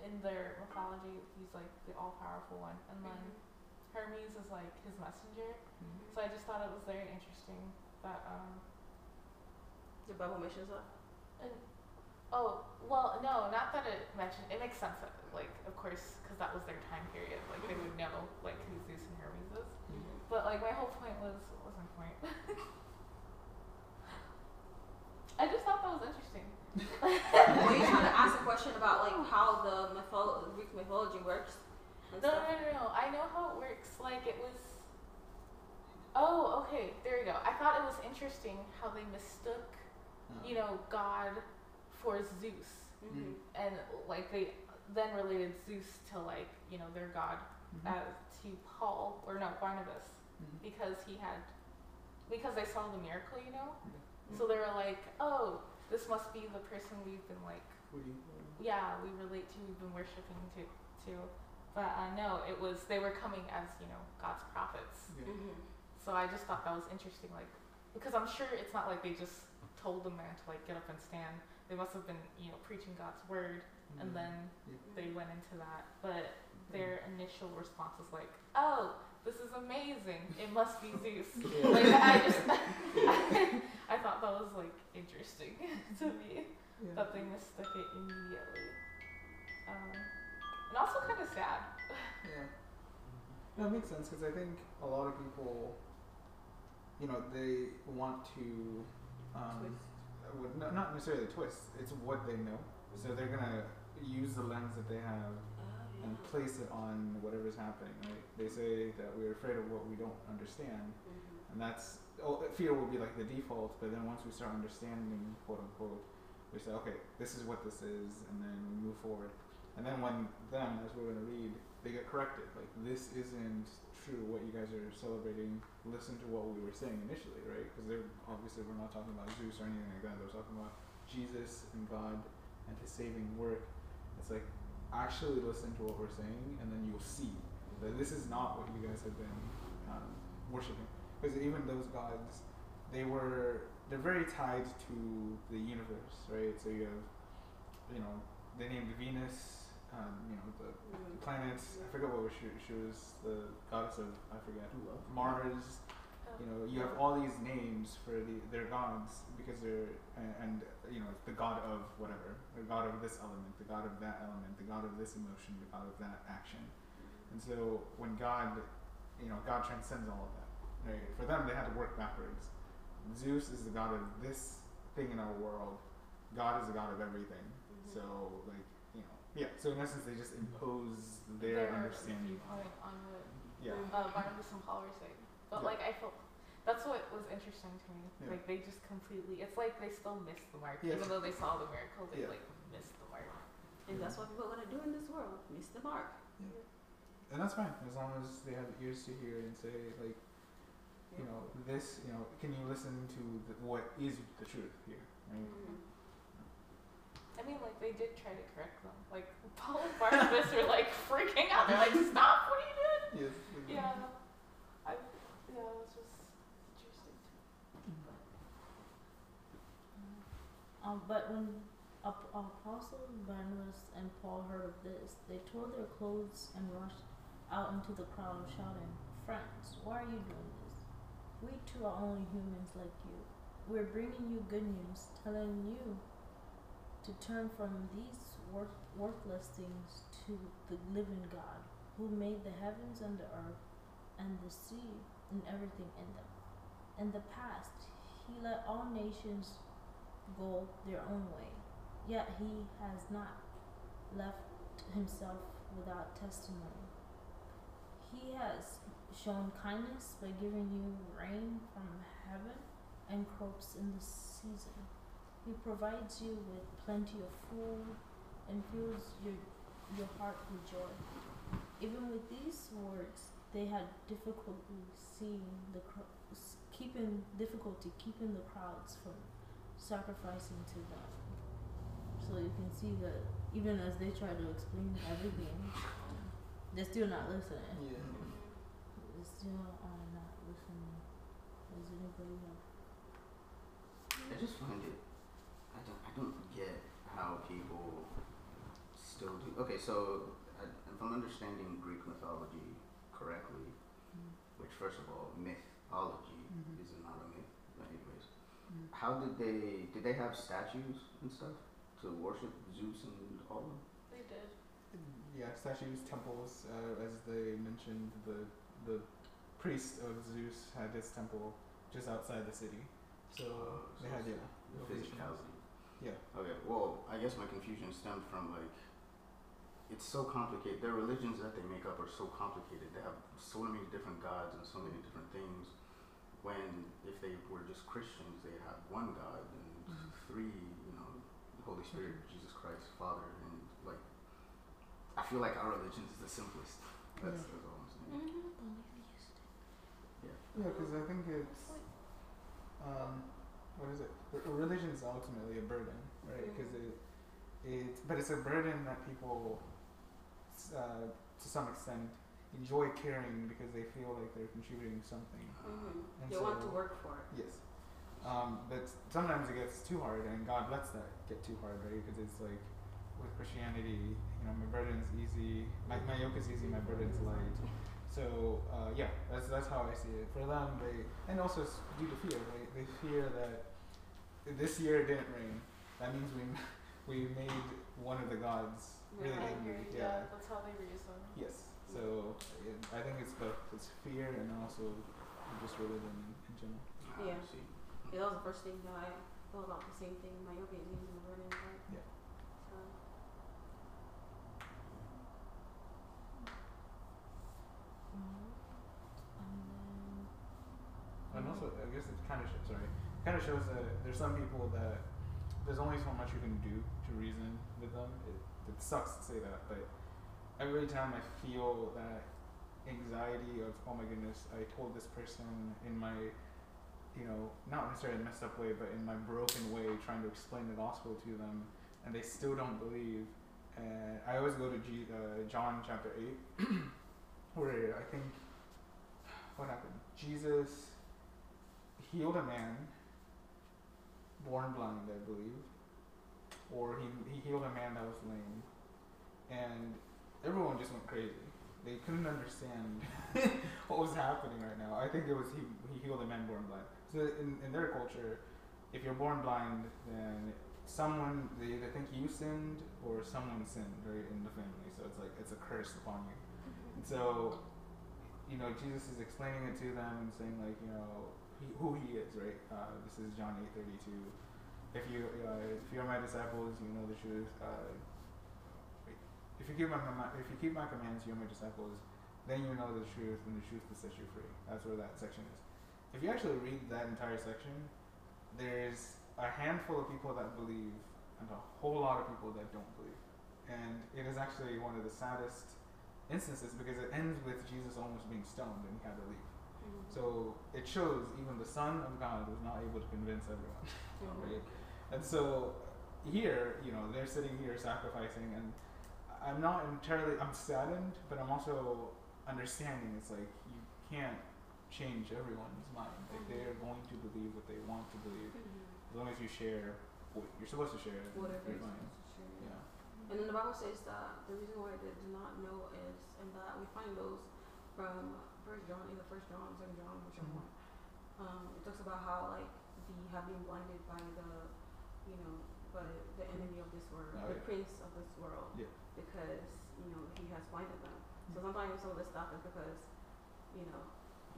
S7: in their mythology, he's like the all-powerful one, and then
S4: Mm-hmm.
S7: Hermes is like his messenger. So I just thought it was very interesting that um,
S2: The Bible mentions that.
S7: and oh well, no, not that it mentioned. It makes sense that like, of course, 'cause that was their time period. Like they would know like who Zeus and Hermes is. But like my whole point was what was my point? [LAUGHS] I just thought that was interesting.
S2: Were you trying to ask a question about like how the mytholo- Greek mythology works? and
S7: No, no,
S2: stuff?
S7: no, no, no. I know how it works. Like it was. Oh, okay. There you go. I thought it was interesting how they mistook
S5: Mm.
S7: you know, God for Zeus.
S2: hmm
S7: and like they then related Zeus to like you know their god
S4: uh,
S5: Mhm.
S7: as to Paul or no Barnabas
S5: Mhm.
S7: because he had because they saw the miracle you know
S5: Yeah.
S2: Mm.
S7: so they were like oh this must be the person we've been like
S5: What do you?
S7: yeah we relate to we've been worshiping to to but uh, no it was they were coming as you know God's prophets
S5: Yeah.
S2: hmm
S7: so I just thought that was interesting like because I'm sure it's not like they just told the man to like get up and stand they must have been you know preaching God's word
S5: Mm-hmm. Mm.
S7: and then they went into that, but their initial response was like, "Oh, this is amazing! It must be
S5: [LAUGHS]
S7: Zeus."
S5: Yeah.
S7: like I just, [LAUGHS] I thought that was like interesting [LAUGHS] to me
S5: Yeah.
S7: that they mistook it immediately, um, and also kind of sad.
S5: Yeah. That makes sense because I think a lot of people, you know, they want to, um, uh, would- no, not necessarily twist. It's what they know, so they're gonna use the lens that they have and place it on whatever's happening. Right? They say that we're afraid of what we don't understand,
S2: hmm
S5: and that's oh, fear will be like the default. But then once we start understanding, quote unquote, we say, okay, this is what this is, and then we move forward. And then when them, as we're going to read, they get corrected. Like this isn't true. What you guys are celebrating. Listen to what we were saying initially, right? Because they're obviously we're not talking about Zeus or anything like that. They're talking about Jesus and God and His saving work. It's like actually listen to what we're saying, and then you'll see that this is not what you guys have been um, worshiping because even those gods, they were they're very tied to the universe, right? So you have, you know, they named Venus, um, you know, the
S2: hmm
S5: planets. I forget what was she, she was the goddess of I forget
S1: Love.
S5: Mars. You know, you have all these names for the, their gods because they're and, and you know the god of whatever, the god of this element, the god of that element, the god of this emotion, the god of that action. And so when God, you know, God transcends all of that. Right? For them, they had to work backwards. Zeus is the god of this thing in our world. God is the god of everything.
S7: Mm-hmm.
S5: So like, you know, yeah. So in essence, they just impose their, understanding. on
S7: viewpoint on what
S5: it. Yeah.
S7: uh, Barnabas and Paul were saying, but
S5: Yeah.
S7: like I felt. That's what was interesting to me.
S5: Yeah.
S7: Like they just completely it's like they still missed the mark.
S5: Yeah.
S7: Even though they saw the miracle, they
S5: Yeah.
S7: like missed the mark.
S2: And that's what people want to do in this world: miss the mark.
S7: Mm-hmm.
S5: And that's fine as long as they have ears to hear and say like, you know, this. You know, can you listen to the, what is the truth here? Right?
S2: Mhm.
S7: I mean, like they did try to correct them. Like [LAUGHS] Paul and Barnabas were like freaking out. They're like, "Stop! What are you doing?"
S5: Yes.
S7: Yeah, I yeah, it was just interesting. To me.
S4: Um, but when Ap- Apostle Barnabas and Paul heard of this, they tore their clothes and rushed out into the crowd, shouting, Friends, why are you doing this? We too are only humans like you. We're bringing you good news, telling you to turn from these worth- worthless things to the living God, who made the heavens and the earth and the sea and everything in them. In the past, he let all nations go their own way. Yet he has not left himself without testimony. He has shown kindness by giving you rain from heaven and crops in the season. He provides you with plenty of food and fills your, your heart with joy. Even with these words, they had difficulty seeing the cro- s- keeping difficulty keeping the crowds from sacrificing to them. So you can see that even as they try to explain everything, they're still not listening.
S5: Yeah. mm-hmm.
S4: They still are not listening. Does anybody have?
S1: I just find it. I don't. I don't get how people still do. Okay, so I, if I'm understanding Greek mythology correctly,
S4: Mm.
S1: which first of all, mythology
S5: Mhm.
S1: is not a myth, but anyways. How did they? Did they have statues and stuff to worship Zeus and all of them?
S7: They did.
S5: Yeah, statues, temples. Uh, as they mentioned, the the priest of Zeus had his temple just outside the city, so
S1: Oh,
S5: they
S1: so
S5: had yeah.
S1: it's The
S5: locations.
S1: physicality.
S5: Yeah.
S1: Okay. Well, I guess my confusion stemmed from like. It's so complicated. Their religions that they make up are so complicated. They have so many different gods and so many different things. When if they were just Christians, they have one God and three, you know, the Holy Spirit, Jesus Christ, Father, and like, I feel like our religion is the simplest. That's, that's all I'm saying.
S4: Mm-hmm.
S5: Yeah, because I think it's um, what is it? A- a Religion is ultimately a burden, right? Because it, it, but it's a burden that people, s- uh, to some extent, enjoy carrying because they feel like they're contributing something.
S2: Mm-hmm.
S1: Uh,
S5: And
S2: You want to
S5: so-
S2: work for it.
S5: Yes. Um, but sometimes it gets too hard, and God lets that get too hard, right? Because it's like with Christianity, you know, my burden is easy, my, my yoke is easy, my burden is light. So uh, yeah, that's that's how I see it. For them, they and also it's due to fear, right? They fear that this year it didn't rain. That means we [LAUGHS] we made one of the gods really
S7: I
S5: angry.
S7: agree.
S5: Yeah.
S7: Yeah. that's how they reuse them.
S5: Yes. So it, I think it's both. It's fear and also just religion in, in general.
S1: Ah,
S2: Yeah.
S1: see.
S2: Yeah, that was the first thing that I thought about the same thing. My yoga is using the word in right?
S5: Yeah.
S2: So,
S4: Mm-hmm. And um,
S5: And also, I guess it kind of shows, sorry, kind of shows that there's some people that there's only so much you can do to reason with them. It, it sucks to say that, but every time I feel that anxiety of, oh my goodness, I told this person in my, you know, not necessarily messed up way, but in my broken way, trying to explain the gospel to them, and they still don't believe. And I always go to G, uh, John chapter 8, [CLEARS THROAT] where I think, what happened? Jesus healed a man born blind, I believe, or he, he healed a man that was lame, and everyone just went crazy. They couldn't understand [LAUGHS] what was happening right now. I think it was he, he healed a man born blind. So in, in their culture, if you're born blind, then someone they either think you sinned or someone sinned right in the family. So it's like it's a curse upon you. And so, you know, Jesus is explaining it to them and saying like, you know, he, who he is, right? Uh, this is John eight thirty two. If you uh, if you are my disciples, you know the truth. Uh, wait. if you keep my my- if you keep my commands, you are my disciples. Then you know the truth, and the truth will set you free. That's where that section is. If you actually read that entire section, there's a handful of people that believe and a whole lot of people that don't believe. And it is actually one of the saddest instances because it ends with Jesus almost being stoned and he had to leave.
S2: mm.
S5: So it shows even the Son of God was not able to convince everyone,
S2: Mhm.
S5: right? And so here, you know, they're sitting here sacrificing, and I'm not entirely, I'm saddened, but I'm also understanding it's like you can't change everyone's mind. Like they're going to believe what they want to believe
S2: Mhm.
S5: as long as you share what you're supposed to share. then
S2: Whatever
S5: you're
S2: is
S5: fine.
S2: necessary.
S5: Yeah.
S2: And then the Bible says that the reason why they do not know is, and that we find those from First John, either First John, Second John, whichever
S5: Mhm.
S2: one. Um, it talks about how like the have been blinded by the, you know, by the enemy of this world,
S5: Oh,
S2: the
S5: yeah.
S2: prince of this world,
S5: Yeah. Mm.
S2: because you know he has blinded them. So sometimes some of this stuff is because, you know,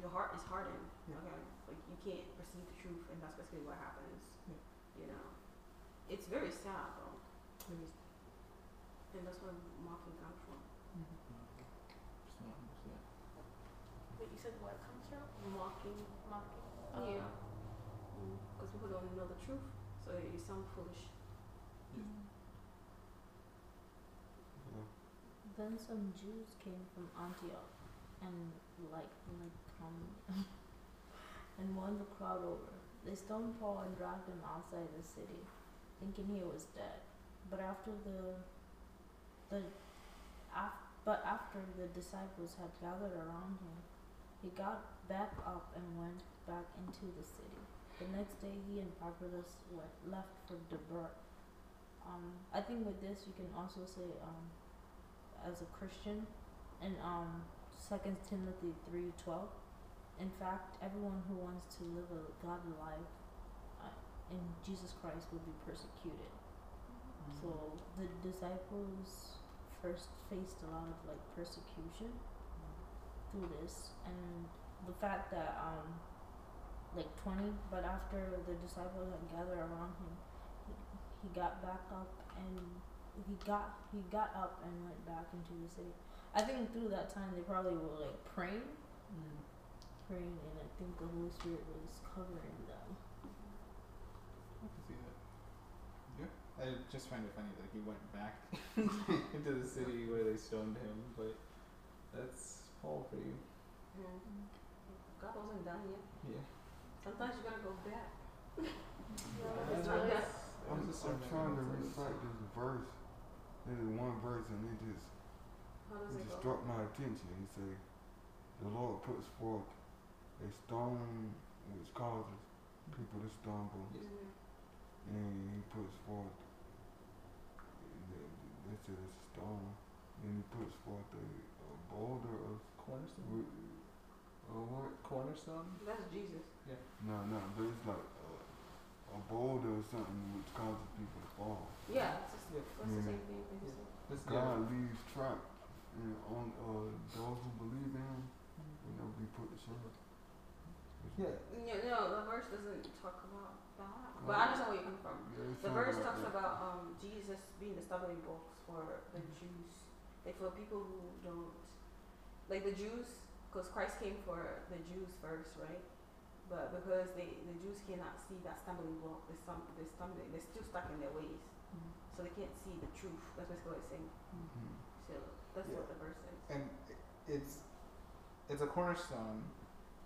S2: your heart is hardened.
S5: Yeah.
S2: Okay, like you can't perceive the truth, and that's basically what happens.
S5: Yeah.
S2: You know, it's very sad though.
S5: It is.
S2: And that's where mocking comes from.
S5: Just not understand.
S7: But you said what comes from?
S2: Mocking.
S7: Mocking.
S4: Oh,
S2: Yeah. Because Uh-huh. Mm. people don't know the truth, so you sound foolish.
S3: Yeah.
S4: Then some Jews came from Antioch and liked the like comedy [LAUGHS] and won the crowd over. They stoned Paul and dragged him outside the city, thinking he was dead. But after the the af, but after the disciples had gathered around him, he got back up and went back into the city. The next day, he and Barnabas went left for Debra. Um, I think with this, you can also say um, as a Christian in um second Timothy three twelve. In fact, everyone who wants to live a godly life uh, in Jesus Christ will be persecuted.
S5: Mm-hmm.
S4: So the disciples first faced a lot of like persecution through this, and the fact that um like twenty, but after the disciples had gathered around him, he, he got back up and he got he got up and went back into the city. I think through that time they probably were like praying, praying, and I think the Holy Spirit was covering them.
S5: I can see that. I just find it funny that he went back [LAUGHS]
S3: [LAUGHS]
S5: into the city where they stoned him, but that's Paul for you.
S2: Mm. God wasn't done yet.
S5: Yeah.
S2: Sometimes you gotta go back.
S7: It's
S2: Yeah.
S7: really-
S5: That
S3: I'm,
S5: was a
S3: I'm
S5: sermon
S3: trying to
S5: that was-
S3: recite this verse. There's one verse and it just
S2: How does
S3: He
S2: it
S3: just
S2: go?
S3: struck my attention. He said, The Lord puts forth a stone which causes people to stumble,
S2: Mm.
S3: and He puts forth, they said it's a stone, and He puts forth a, a boulder of,
S5: Cornerstone.
S3: wi- a uh, what?
S5: Cornerstone.
S2: That's Jesus.
S3: No, no, but it's like a, a boulder or something which causes people to fall.
S2: Yeah, it's just,
S5: Yeah.
S2: it's the
S3: Mm.
S2: same thing. but it's
S5: Yeah.
S2: like-
S5: That's yeah.
S3: God leaves track and on uh, those who believe in Him, and they'll be put to shame.
S5: Yeah.
S2: Yeah, no, the verse doesn't talk about that. But I understand where you come from.
S3: Yeah, it's something
S2: The verse
S3: like
S2: talks
S3: that.
S2: about um, Jesus being the stumbling block for the Jews, like for people who don't, like the Jews, because Christ came for the Jews first, right? But because they, the Jews cannot see that stumbling block, they stum- they stumbling, they're still stuck in their ways, so they can't see the truth. That's basically what it's saying.
S3: Mhm.
S2: So that's
S5: Yeah.
S2: what the verse says.
S5: and i- it's it's a cornerstone,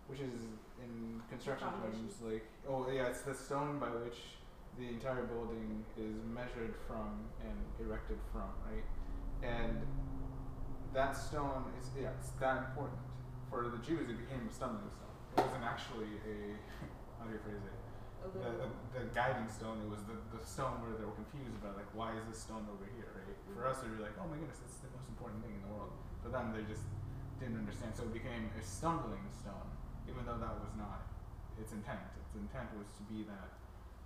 S5: which is in construction
S2: Foundation.
S5: terms like oh yeah, it's the stone by which the entire building is measured from and erected from, right? And that stone is yeah, it's that important for the Jews. It became a stumbling stone. It wasn't actually a [LAUGHS] how do you phrase it?
S2: A
S5: The,
S2: little-
S5: the, the guiding stone. It was the, the stone where they were confused about like why is this stone over here, right? For us, it would be like oh my goodness, this is the most important thing in the world. For them, they just didn't understand. So it became a stumbling stone, even though that was not its intent. Its intent was to be that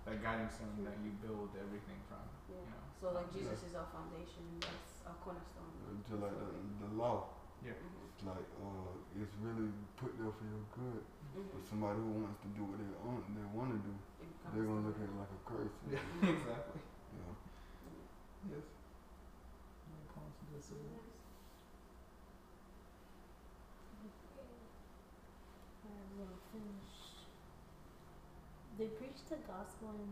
S5: that guiding stone that you build everything from.
S2: yeah.
S5: You know.
S2: So like Jesus is our foundation, that's our cornerstone.
S3: Uh, To like the, the law,
S2: Mhm.
S3: it's like uh, it's really put there for your good. But
S2: Mhm.
S3: somebody who wants to do what they own, they want to do,
S2: It becomes
S3: they're gonna look at it like a curse.
S5: Yeah, [LAUGHS] exactly.
S3: You know?
S5: Yes. My confidence is-
S4: Well, finished. Mm-hmm. They preached the gospel in,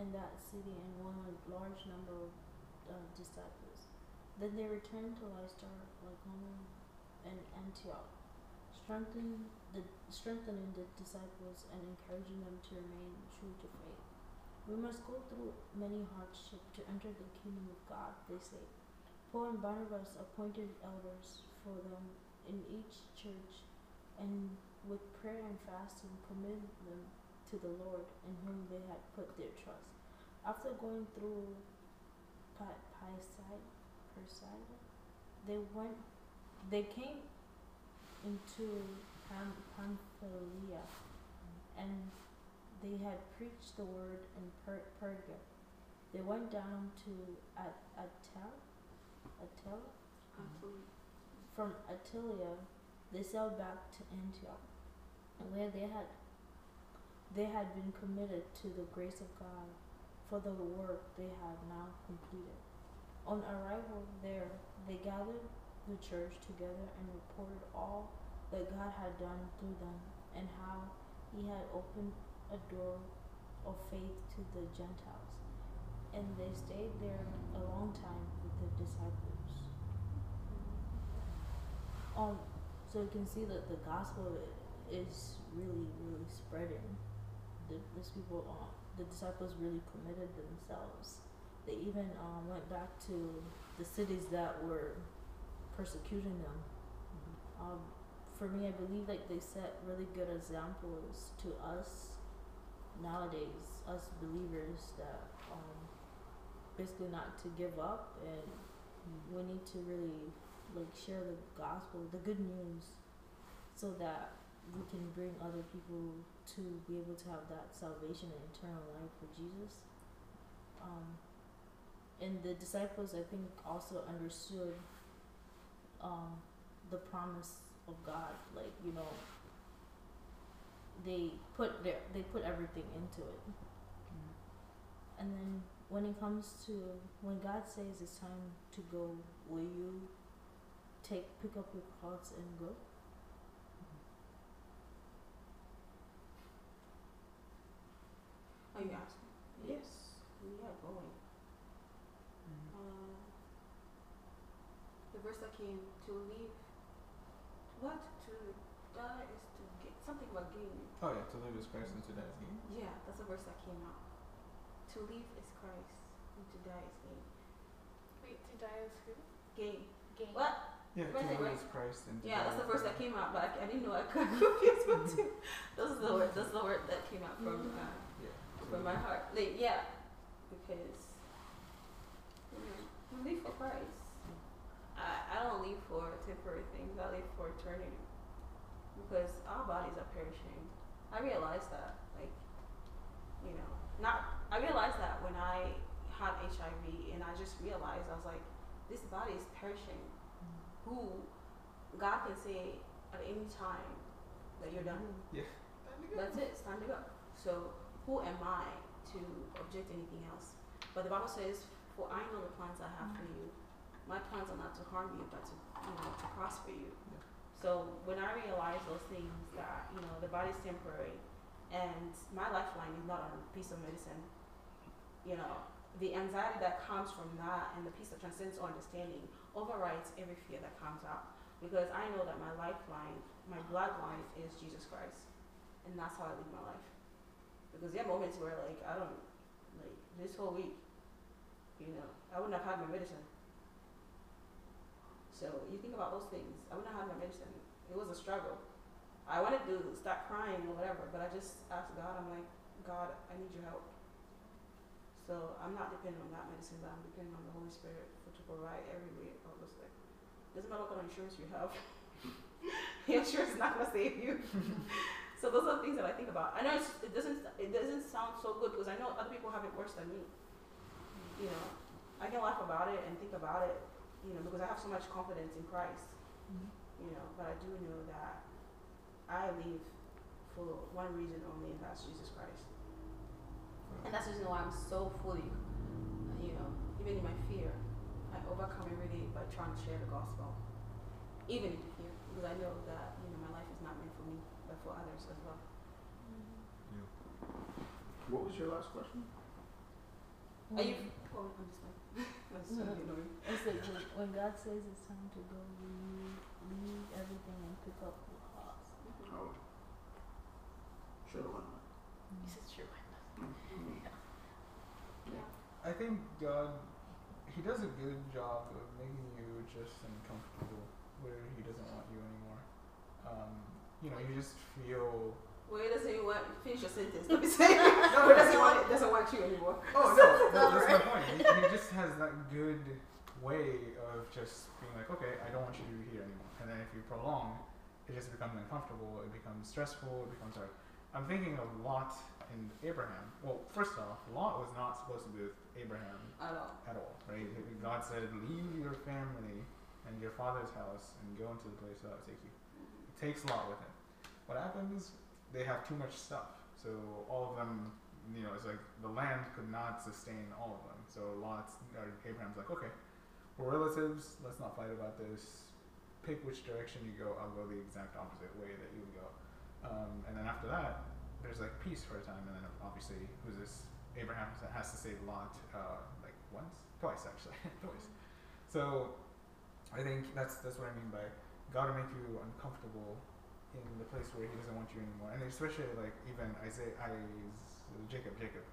S4: in that city and won a large number of uh, disciples. Then they returned to Lystar, Lycaonia, and Antioch, strengthening the, strengthening the disciples and encouraging them to remain true to faith. We must go through many hardships to enter the kingdom of God, they say. Paul and Barnabas appointed elders for them in each church and with prayer and fasting committed them to the Lord in whom they had put their trust. After going through Pi- Pisidia, Pisidia, they went, they came into Pam, Pamphylia, and they had preached the word in per- Perga. They went down to At- Attel, Attila,
S2: Absolutely.
S4: from Attilia, they sailed back to Antioch, where they had they had been committed to the grace of God for the work they had now completed. On arrival there, they gathered the church together and reported all that God had done through them and how He had opened a door of faith to the Gentiles. And they stayed there a long time with the disciples um so you can see that the gospel i- is really really spreading the, these people um, the disciples really committed themselves they even um, went back to the cities that were persecuting them um, for me i believe like they set really good examples to us nowadays us believers that um, basically not to give up and we need to really like share the gospel, the good news, so that we can bring other people to be able to have that salvation and eternal life with Jesus. Um, and the disciples, I think, also understood um, the promise of God. Like you know, they put their they put everything into it.
S5: Oh,
S4: And then when it comes to when God says it's time to go, will you take pick up your clothes and go?
S2: Are you asking?
S4: Yeah. Mm-hmm.
S2: Yes, we are going. Uh, Versakin to leave. What to die is to get something about gain.
S5: Oh yeah, to live as Christ and to die as gain.
S2: Yeah, that's a verse that came out. To leave is Christ, and to die is gain.
S7: Wait, to die is who?
S2: Gain.
S7: Gain.
S2: What?
S5: Yeah,
S2: Where's it
S5: to live
S2: going?
S5: as Christ and to
S2: Yeah,
S5: die
S2: that's the
S5: as
S2: verse that
S5: gain.
S2: came out, but I, I didn't know I [LAUGHS] got confused with two. This is the word. This is the word that came out from uh,
S5: Yeah.
S2: from my heart. Like, yeah, because you know, we leave for Christ. I I don't leave for temporary things. I leave for eternity, because our bodies are perishing. I realized that, like, you know, not. I realized that when I had HIV, and I just realized I was like, this body is perishing. Who God can say at any time that you're done. That's it. It's time to go. So who am I to object anything else? But the Bible says, "For I know the plans I have for you. My plans are not to harm you, but to you know to prosper you."
S5: Yeah.
S2: So when I realize those things that you know the body is temporary, and my lifeline is not a piece of medicine, you know. The anxiety that comes from that and the peace that transcends all understanding overrides every fear that comes up. Because I know that my lifeline, my bloodline is Jesus Christ and that's how I live my life. Because there are moments where like I don't like this whole week, you know, I wouldn't have had my medicine. So you think about those things. I wouldn't have had my medicine. It was a struggle. I wanted to start crying or whatever, but I just asked God. I'm like, God, I need your help. So I'm not dependent on that medicine, but I'm dependent on the Holy Spirit for to provide every way of those things. Doesn't matter what kind of insurance you have. [LAUGHS] Your insurance is not gonna save you. So those are the things that I think about. I know it's, it doesn't it doesn't sound so good because I know other people have it worse than me. You know, I can laugh about it and think about it, you know, because I have so much confidence in Christ.
S7: Mm-hmm.
S2: You know, but I do know that I live for one reason only, and that's Jesus Christ. And that's the reason why I'm so fully, you know, even in my fear, I overcome every day by trying to share the gospel, even in the fear, because I know that you know my life is not meant for me, but for others as well.
S1: What was your last question?
S2: Are you? Oh, I'm just like, [LAUGHS] I'm just really annoyed.
S4: It's like when, when God says it's time to go, you leave everything and pick up the cross.
S1: Oh. Sure, why not?
S7: He says true.
S5: I think God, He does a good job of making you just uncomfortable where He doesn't want you anymore. Um, you know, you just feel.
S2: Where does he want? Finish your sentence. Don't be saying. Where does he want? It doesn't want you anymore.
S5: [LAUGHS] Oh no, that, that's my point. He, [LAUGHS] he just has that good way of just being like, okay, I don't want you to be here anymore. And then if you prolong, it just becomes uncomfortable. It becomes stressful. It becomes hard. I'm thinking of Lot and Abraham. Well, first off, Lot was not supposed to be with Abraham
S2: At all.
S5: at all, right? God said, "Leave your family and your father's house and go into the place that I will take you." It takes Lot with him. What happens? They have too much stuff, so all of them, you know, it's like the land could not sustain all of them. So Lot's or Abraham's like, "Okay, we're relatives. Let's not fight about this. Pick which direction you go. I'll go the exact opposite way that you go." Um, and then after that, there's like peace for a time, and then obviously, who's this? Abraham has to save Lot uh, like once, twice actually, [LAUGHS] twice. So I think that's that's what I mean by God will make you uncomfortable in the place where He doesn't want you anymore, and especially like even Isaiah, Isaiah Jacob, Jacob,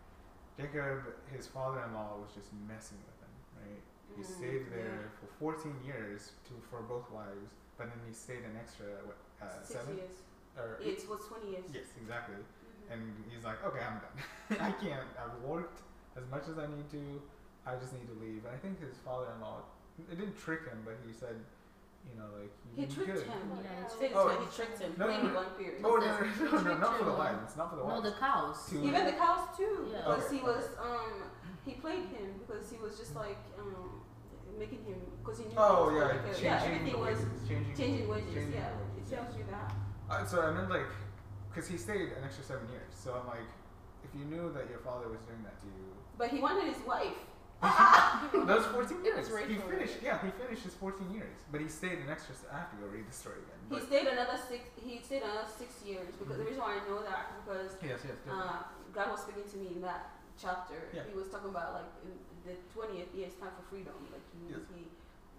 S5: Jacob, his father-in-law was just messing with him, right? He
S2: Mm,
S5: stayed there for 14 years to for both wives, but then he stayed an extra what, uh,
S2: Six
S5: seven
S2: years.
S5: or
S2: It was twenty years.
S5: Yes, exactly.
S2: Mhm.
S5: And he's like, okay, I'm done. [LAUGHS] I can't. I've worked as much as I need to. I just need to leave. And I think his father-in-law, it didn't trick him, but he said, you know, like
S2: He
S5: you did
S2: tricked
S5: good.
S2: him.
S7: Yeah,
S4: Yeah,
S7: it's
S4: it's
S2: Finish
S5: Oh,
S2: it, He tricked him.
S5: no,
S2: Maybe
S5: no,
S2: one period.
S5: Oh no,
S4: He says he
S5: no, no, no,
S4: tricked
S5: not for the
S4: him.
S5: wives, not for the
S4: No,
S5: wives.
S4: the cows.
S5: To-
S2: Even the cows too,
S4: Yeah.
S2: because he
S5: Okay.
S2: was um he played him because he was just like um making him because he knew.
S5: oh
S2: he was
S5: yeah,
S2: going to kill.
S5: changing
S2: yeah, everything
S5: the
S2: was
S5: wages, changing,
S2: changing wages.
S5: changing
S2: yeah,
S5: the
S2: it
S5: wages,
S2: tells you that.
S5: Uh, so I meant like, because he stayed an extra seven years. So I'm like, if you knew that your father was doing that to you,
S2: But he wanted his wife.
S5: That was 14
S7: It
S5: years.
S7: was
S5: he
S7: Rachel,
S5: finished,
S7: right?
S5: yeah, he finished his 14 years. But he stayed an extra. I have to go read the story again.
S2: He
S5: But Mm-hmm.
S2: stayed another six. He stayed another six years because the reason why I know that because
S5: yes, yes, definitely.
S2: uh, God was speaking to me in that chapter.
S5: Yeah.
S2: He was talking about like in the twentieth year it's time for freedom. Like you,
S5: Yes.
S2: he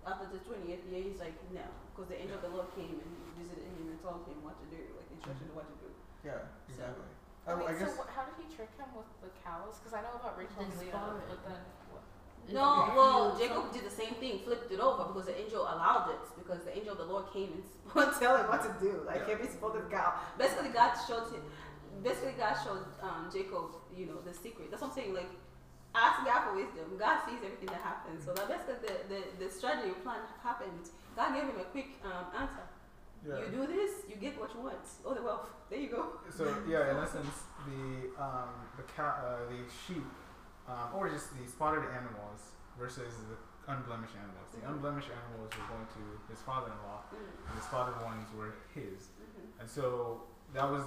S2: after the 20th year, he's like, no. Because the angel of the Lord came and visited him and told him what to do, like instructed what to do.
S3: Yeah, exactly. I,
S2: Oh,
S5: Oh,
S7: Wait,
S3: I guess.
S7: so what, how did he trick him with the cows? Because I know about Rachel and
S4: His
S7: Leah,
S4: father.
S7: but then what?
S4: If
S2: No,
S4: you
S2: well,
S4: feel
S2: Jacob did the same thing, flipped it over because the angel allowed it because the angel of the Lord came and [LAUGHS] spoke, tell him what to do. Like,
S3: Yeah.
S2: if he spoke to God, basically God showed him. Basically, God showed um, Jacob, you know, the secret. That's what I'm saying. Like, ask God for wisdom. God sees everything that happens. So that basically, the the, the strategy plan happened. God gave him a quick um, answer.
S5: Yeah.
S2: You do this, you get what you want. Oh, the wealth. There you go.
S5: So yeah, in essence, the um, the cow, uh, the sheep, um, or just the spotted animals versus the unblemished animals. The
S2: Mhm.
S5: unblemished animals were going to his father-in-law,
S2: Mm-hmm.
S5: and the spotted ones were his. And so that was,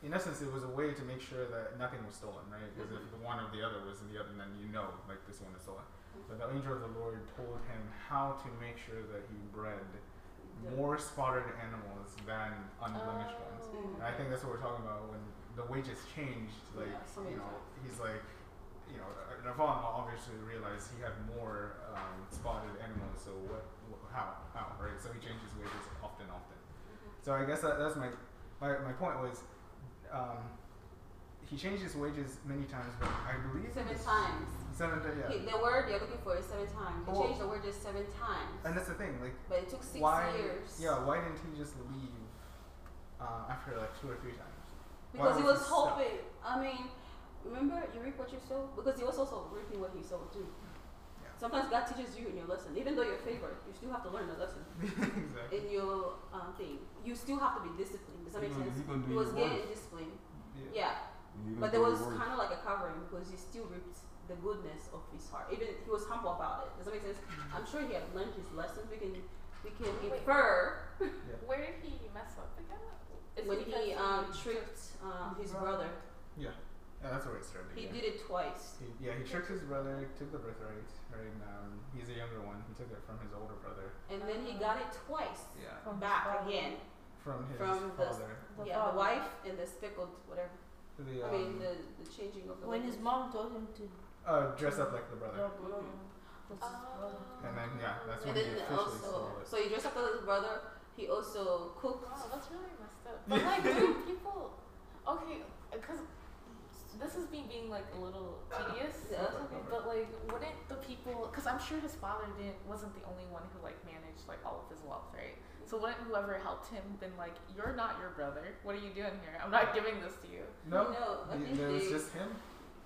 S5: in essence, it was a way to make sure that nothing was stolen, right? Because if the one or the other was in the other, then you know, like this one is stolen. But the angel of the Lord told him how to make sure that he bred more spotted animals than unblemished ones.
S7: Oh.
S5: And I think that's what we're talking about when the wages changed. Like,
S2: Yeah, so
S5: you know,
S2: much.
S5: he's like, you know, uh, Nirvana obviously realized he had more um, spotted animals, so what, wh- how, how, right? So he changed his wages often, often. So I guess that, that's my, my, my point was, um, he changed his wages many times, but I believe it
S2: Mm-hmm. Seven
S5: was-
S2: times.
S5: Seven ti- yeah.
S2: He- the word you're looking for is seven times. They
S5: Well-
S2: changed the word just seven times.
S5: and that's the thing, like,
S2: But it took six
S5: why?
S2: years.
S5: Yeah, why didn't he just leave uh, after like two or three times? [LAUGHS] why
S2: Because he was
S5: was he stuck?
S2: hoping. I mean, remember you reap what you sow? Because he was also reaping what he sowed too.
S5: Yeah.
S2: Sometimes God teaches you in your lesson. Even though you're favored, you still have to learn the lesson
S5: exactly.
S2: in your um, thing. You still have to be disciplined. Does that make
S3: You gonna-
S1: Mm-hmm.
S2: sense?
S3: you gonna do
S2: He
S3: your
S2: was getting
S3: work.
S2: disciplined.
S5: Yeah.
S2: Yeah.
S3: You gonna
S2: But there
S3: do
S2: was
S3: your work.
S2: kind of like a covering because he still reaped the goodness of his heart. Even he was humble about it. Does that make sense? I'm sure he had learned his lessons. We can we can
S7: Wait.
S2: infer
S7: Where did he mess up again? Is it
S2: when
S7: because
S2: he um, tricked um, his brother.
S5: Yeah, Oh, that's where it started.
S2: He
S5: yeah.
S2: did it twice.
S5: He, yeah, he tricked his brother, took the birthright, right? And, um, he's a younger one. He took it from his older brother,
S2: And then he got it twice
S5: yeah,
S4: from
S2: back
S4: father.
S2: again.
S5: from his
S2: From the-
S5: father.
S4: Oh, The
S2: yeah, the
S4: father.
S2: wife and the speckled whatever.
S5: The,
S2: I
S5: um,
S2: mean, the, the changing of the
S4: When his
S2: language. Mm-hmm.
S4: mom told him to
S5: uh, dress up like the brother,
S4: drop low, was
S2: uh,
S4: his brother.
S7: Oh.
S5: and then yeah, that's
S2: And
S5: when
S2: then
S5: he officially
S2: also,
S5: stole it.
S2: so he dressed up as his brother. He also cooked.
S7: Wow, that's really messed up. But
S5: [LAUGHS]
S7: like, dude, people. Okay, because this is me being like a little tedious.
S2: Yeah, that's
S5: okay.
S7: But like, wouldn't the people? Because I'm sure his father didn't wasn't the only one who like managed like all of his wealth, right? So wouldn't whoever helped him been like, you're not your brother. What are you doing here? I'm not giving this to you.
S5: No,
S2: No, I
S5: the-
S2: think
S5: there was
S2: they-
S5: just him.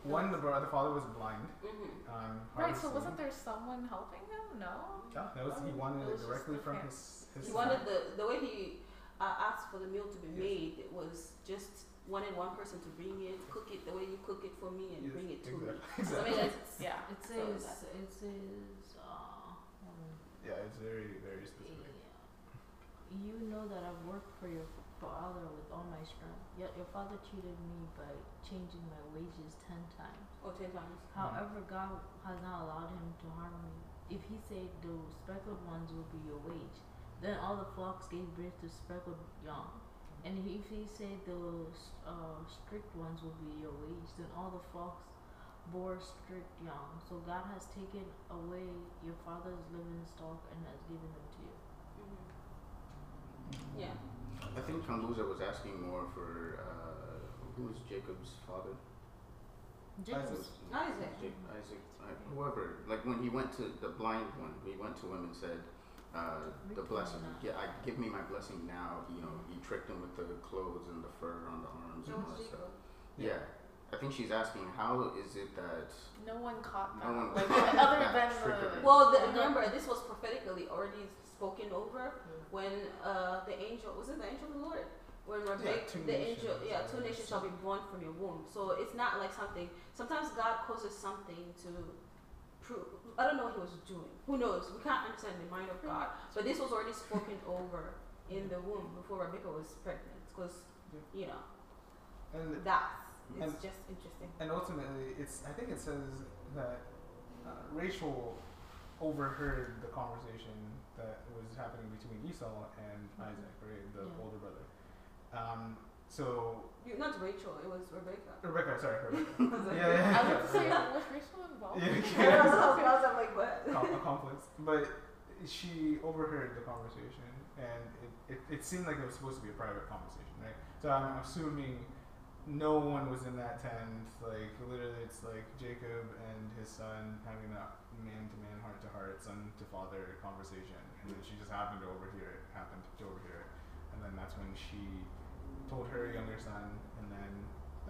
S5: One, the brother, the father was blind.
S2: Mhm.
S5: Um,
S7: Right.
S5: hard
S7: So
S5: to
S7: wasn't
S5: see.
S7: there someone helping him? No.
S5: Yeah, that was he wanted
S7: It was just
S5: it directly
S7: the
S5: from
S7: hand.
S5: his. his
S2: He
S5: son.
S2: wanted the the way he uh, asked for the meal to be made was just wanted one person to bring it, cook it the way you cook it for me, and
S5: Yes,
S2: bring it to
S5: exactly. [LAUGHS]
S2: me. So I
S5: exactly.
S2: mean, that's-
S7: Yeah.
S4: It
S2: So
S4: says,
S2: that's it.
S4: it says, uh, hold on.
S5: Yeah, it's very very specific.
S4: Yeah. You know that I've worked for your father with all my strength, yet your father cheated me by changing my wages ten times.
S2: oh, ten times.
S4: However, God has not allowed him to harm you. If he said the speckled ones will be your wage, then all the flocks gave birth to speckled young. And he- if he said the uh, strict ones will be your wage, then all the flocks bore strict young. So God has taken away your father's living stock and has given them to you.
S2: hmm Mm-hmm. Yeah.
S1: I think Kambuza was asking more for uh, who was Jacob's father?
S4: Jesus.
S2: Isaac.
S1: Ja- Isaac, I- whoever. Like when he went to the blind one, we went to him and said, uh, "The blessing, yeah, I, give me my blessing now." You know, he tricked him with the clothes and the fur on the arms and all that stuff. Yeah, I think she's asking, how is it that?
S7: No one caught that.
S1: No one
S7: like,
S1: caught [LAUGHS] that
S7: other than
S1: trickery.
S7: the.
S2: Well, the, remember this was prophetically already spoken over
S5: Mm.
S2: when uh, the angel was it the angel of the Lord when Rebecca
S5: two
S2: the
S5: nations.
S2: angel yeah two nations shall be born from your womb. So it's not like something. Sometimes God causes something to prove. I don't know what He was doing. Who knows? We can't understand the mind of God. But this was already
S5: [LAUGHS]
S2: spoken over in the womb before Rebecca was pregnant. Because
S5: Yeah.
S2: you know
S5: And
S2: that's it's
S5: And-
S2: just interesting.
S5: And ultimately, it's I think it says that uh, Rachel overheard the conversation that was happening between Esau and
S4: Mhm.
S5: Isaac, right, the
S4: Yeah.
S5: older brother. Um, so
S2: You, not Rachel. It was Rebecca.
S5: Rebecca, sorry, Rebecca.
S2: [LAUGHS] I was like,
S5: [LAUGHS] yeah, yeah,
S7: I was
S5: yeah.
S7: gonna say, was Rachel involved?
S5: Yeah,
S2: I was like, what?
S5: Com- a conflict, but she overheard the conversation, and it, it, it seemed like it was supposed to be a private conversation, right? So I'm assuming no one was in that tent. Like literally, it's like Jacob and his son having that man-to-man, heart-to-heart, son-to-father conversation, and then she just happened to overhear it. Happened to overhear it, and then that's when she told her younger son, and then.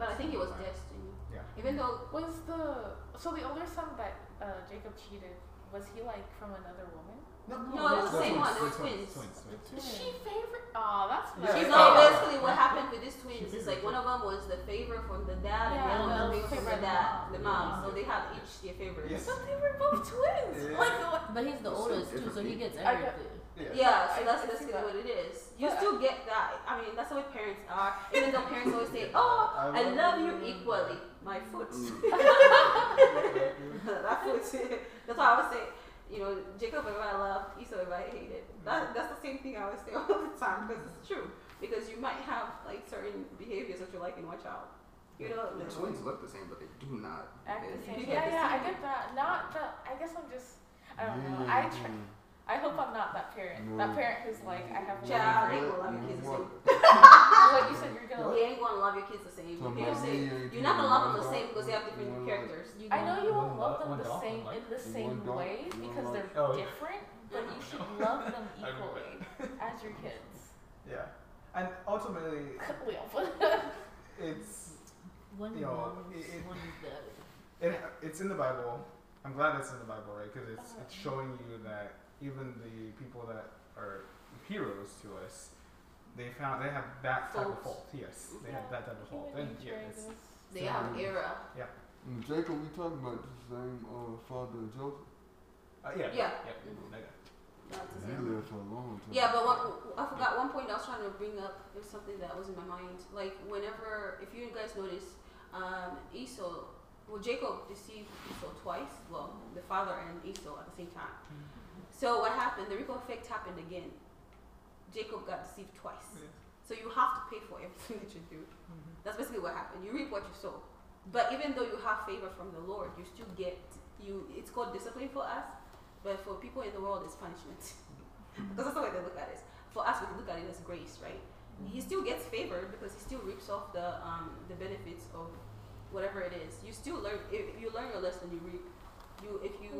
S2: But I
S5: that's
S2: think it was
S5: when-
S2: destiny.
S5: Yeah.
S2: Even though
S4: Was the so the older son that uh, Jacob cheated? Was he like from another woman?
S5: No,
S2: No, it was the
S5: that's
S2: same
S5: twins,
S2: one. They were
S5: that's
S2: twins.
S5: twins, twins.
S10: The
S4: She
S10: twin.
S4: favorite. Oh, that's
S5: Yeah.
S4: funny.
S5: She's
S2: No,
S5: Yeah.
S2: basically what happened with these twins is like one of them was the favorite from the dad and the
S4: Yeah,
S2: other one was
S4: the
S2: the favorite from the
S4: favorite
S2: dad,
S4: mom.
S2: the mom.
S10: Yeah.
S2: So they had each their favorites.
S5: Yes.
S4: But they were both twins.
S5: Yeah.
S4: Like what?
S10: But he's the
S11: It's so
S10: oldest too, so
S11: different.
S10: he gets
S4: I got-
S10: everything.
S5: Yeah.
S2: Yeah, so
S4: I-
S2: that's
S4: I see
S2: basically
S4: that.
S2: what it is. You
S4: But
S2: still get that. I mean, that's the way parents are. Even though parents always say, "Oh, I love you
S5: [LAUGHS]
S2: equally." My foot.
S11: Mm.
S2: that foot. that's why I always say, you know, Jacob everybody loved, Esau everybody hated. That that's the same thing I always say [LAUGHS] all the time because it's true. Because you might have like certain behaviors that you like in one child. You know,
S11: The twins look the same, but they do not.
S4: Act the
S11: they-
S1: [LAUGHS]
S4: same.
S2: get
S4: Yeah,
S2: the
S4: yeah, I
S2: same.
S4: get that. Not that. I guess I'm just. I don't know.
S1: Yeah,
S4: I tr-
S1: mm.
S4: I hope I'm not that parent.
S1: No.
S4: That parent who's like, I have.
S2: Child,
S4: children.
S2: they will love your kids the same.
S4: What you said you're gonna.
S2: They ain't gonna love your kids the
S1: So
S2: same. You can't
S1: mommy
S2: say-
S1: and
S2: you're not gonna love them the
S1: daddy
S2: same because they have
S1: one
S2: different
S1: love.
S2: characters.
S10: You
S4: I know you won't
S5: One
S4: love
S5: do-
S4: them
S5: one
S4: the
S5: dolphin,
S4: same
S5: like,
S4: in the
S1: one
S4: same
S1: dolphin,
S4: way
S1: one
S4: because they're
S5: dolphin. Oh, yeah.
S4: different, but you should love
S5: [LAUGHS]
S4: them
S5: I agree with
S4: equally as your kids. [LAUGHS]
S5: Yeah. And ultimately,
S4: we all
S5: [LAUGHS]
S4: put
S5: it's
S10: One
S5: You know,
S10: loves,
S5: it- it-
S10: one is the other.
S5: it, it's in the Bible. I'm glad it's in the Bible, right? Because it's it's
S4: Uh-huh.
S5: showing you that even the people that are heroes to us, they found they have that type of
S2: Faults.
S5: fault. Yes, they
S4: Yeah,
S5: have that type of fault.
S4: Human
S5: And
S4: nature
S5: yeah,
S4: is-
S5: it's,
S2: They have
S1: Mhm.
S2: era.
S1: And Jacob, we talking about the same uh, father of Joseph.
S5: uh, yeah, yeah,
S2: Yeah.
S4: Mm-hmm.
S5: yeah, like,
S2: That's the
S1: He
S2: same.
S1: lived for a long time.
S2: Yeah, but one, I forgot one point I was trying to bring up. There's something that was in my mind. Like whenever, if you guys notice, um, Esau, well, Jacob deceived Esau twice. Well, the father and Esau at the same time. So what happened? The ripple effect happened again. Jacob got deceived twice.
S5: Yeah.
S2: So you have to pay for everything [LAUGHS] that you do. That's basically what happened. You reap what you sow. But even though you have favor from the Lord, you still get you. It's called discipline for us, but for people in the world, it's punishment. [LAUGHS] because that's the way they look at it. For us, we look at it as grace, right? He still gets favor because he still reaps off the um, the benefits of whatever it is. You still learn. If you learn your lesson, you reap. You if you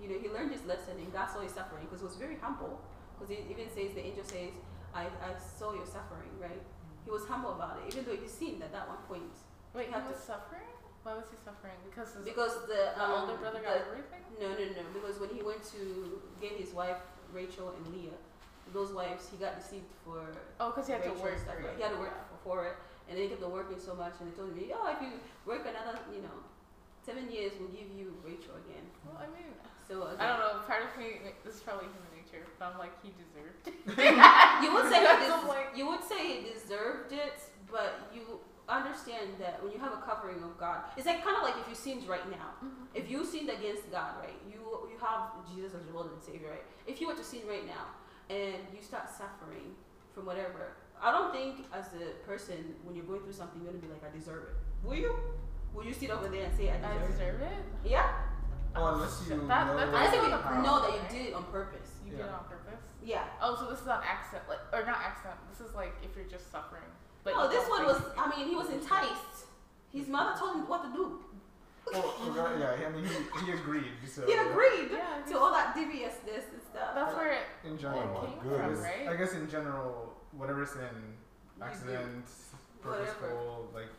S2: you know he learned his lesson and God saw his suffering because he was very humble. Because he even says the angel says, "I I saw your suffering," right? He was humble about it, even though he sinned at that one point.
S4: Wait,
S2: You
S4: he
S2: have
S4: was
S2: to-
S4: suffering? Why was he suffering? Because his
S2: Because the,
S4: the
S2: um,
S4: older brother got
S2: the-
S4: everything?
S2: no, no, no. Because when he went to get his wife Rachel and Leah, those wives, he got deceived for.
S4: Oh, because he had to
S2: Rachel
S4: work
S2: and stuff.
S4: for it.
S2: He had to work for, for it, and they kept on working so much, and they told me, "Oh, if you work another, you know, seven years, we'll give you Rachel again."
S4: Well, I mean,
S2: So I was like,
S4: I don't know. Part of me, this is probably human nature, but I'm like, he deserved it.
S2: you would
S4: [LAUGHS]
S2: say
S4: That's
S2: he
S4: some,
S2: des-
S4: like-
S2: you would say he deserved it, but you understand that when you have a covering of God, it's like kind of like if you sinned right now. If you sinned against God, right, you you have Jesus as your Lord and Savior, right? If you were to sin right now and you start suffering from whatever, I don't think as a person when you're going through something you're gonna be like, I deserve it. Will you? Will you sit over there and say I
S4: I
S2: deserve it?
S4: deserve it?
S2: Yeah.
S5: Oh, unless you
S4: That-
S5: know
S2: I
S4: that's
S5: that
S2: think
S4: on
S2: we
S4: the
S5: how-
S4: ground.
S2: know that you did it on purpose.
S4: You did it
S5: Yeah.
S4: on purpose?
S2: Yeah.
S4: Oh, so this is on accident, like, or not accident. This is like if you're just suffering. But
S2: no,
S4: you
S2: this
S4: don't
S2: one
S4: think
S2: was
S4: you-
S2: I mean, he was enticed. His mother told him what to do.
S5: Well, regard- yeah, I mean, he, he agreed. So
S2: He agreed
S4: Yeah,
S2: to all that deviousness and stuff.
S4: that's where it
S5: in general,
S1: Oh my
S4: came from,
S1: goodness.
S4: right?
S5: I guess in general, whatever sin,
S2: You
S5: accident,
S2: Whatever.
S5: purposeful, like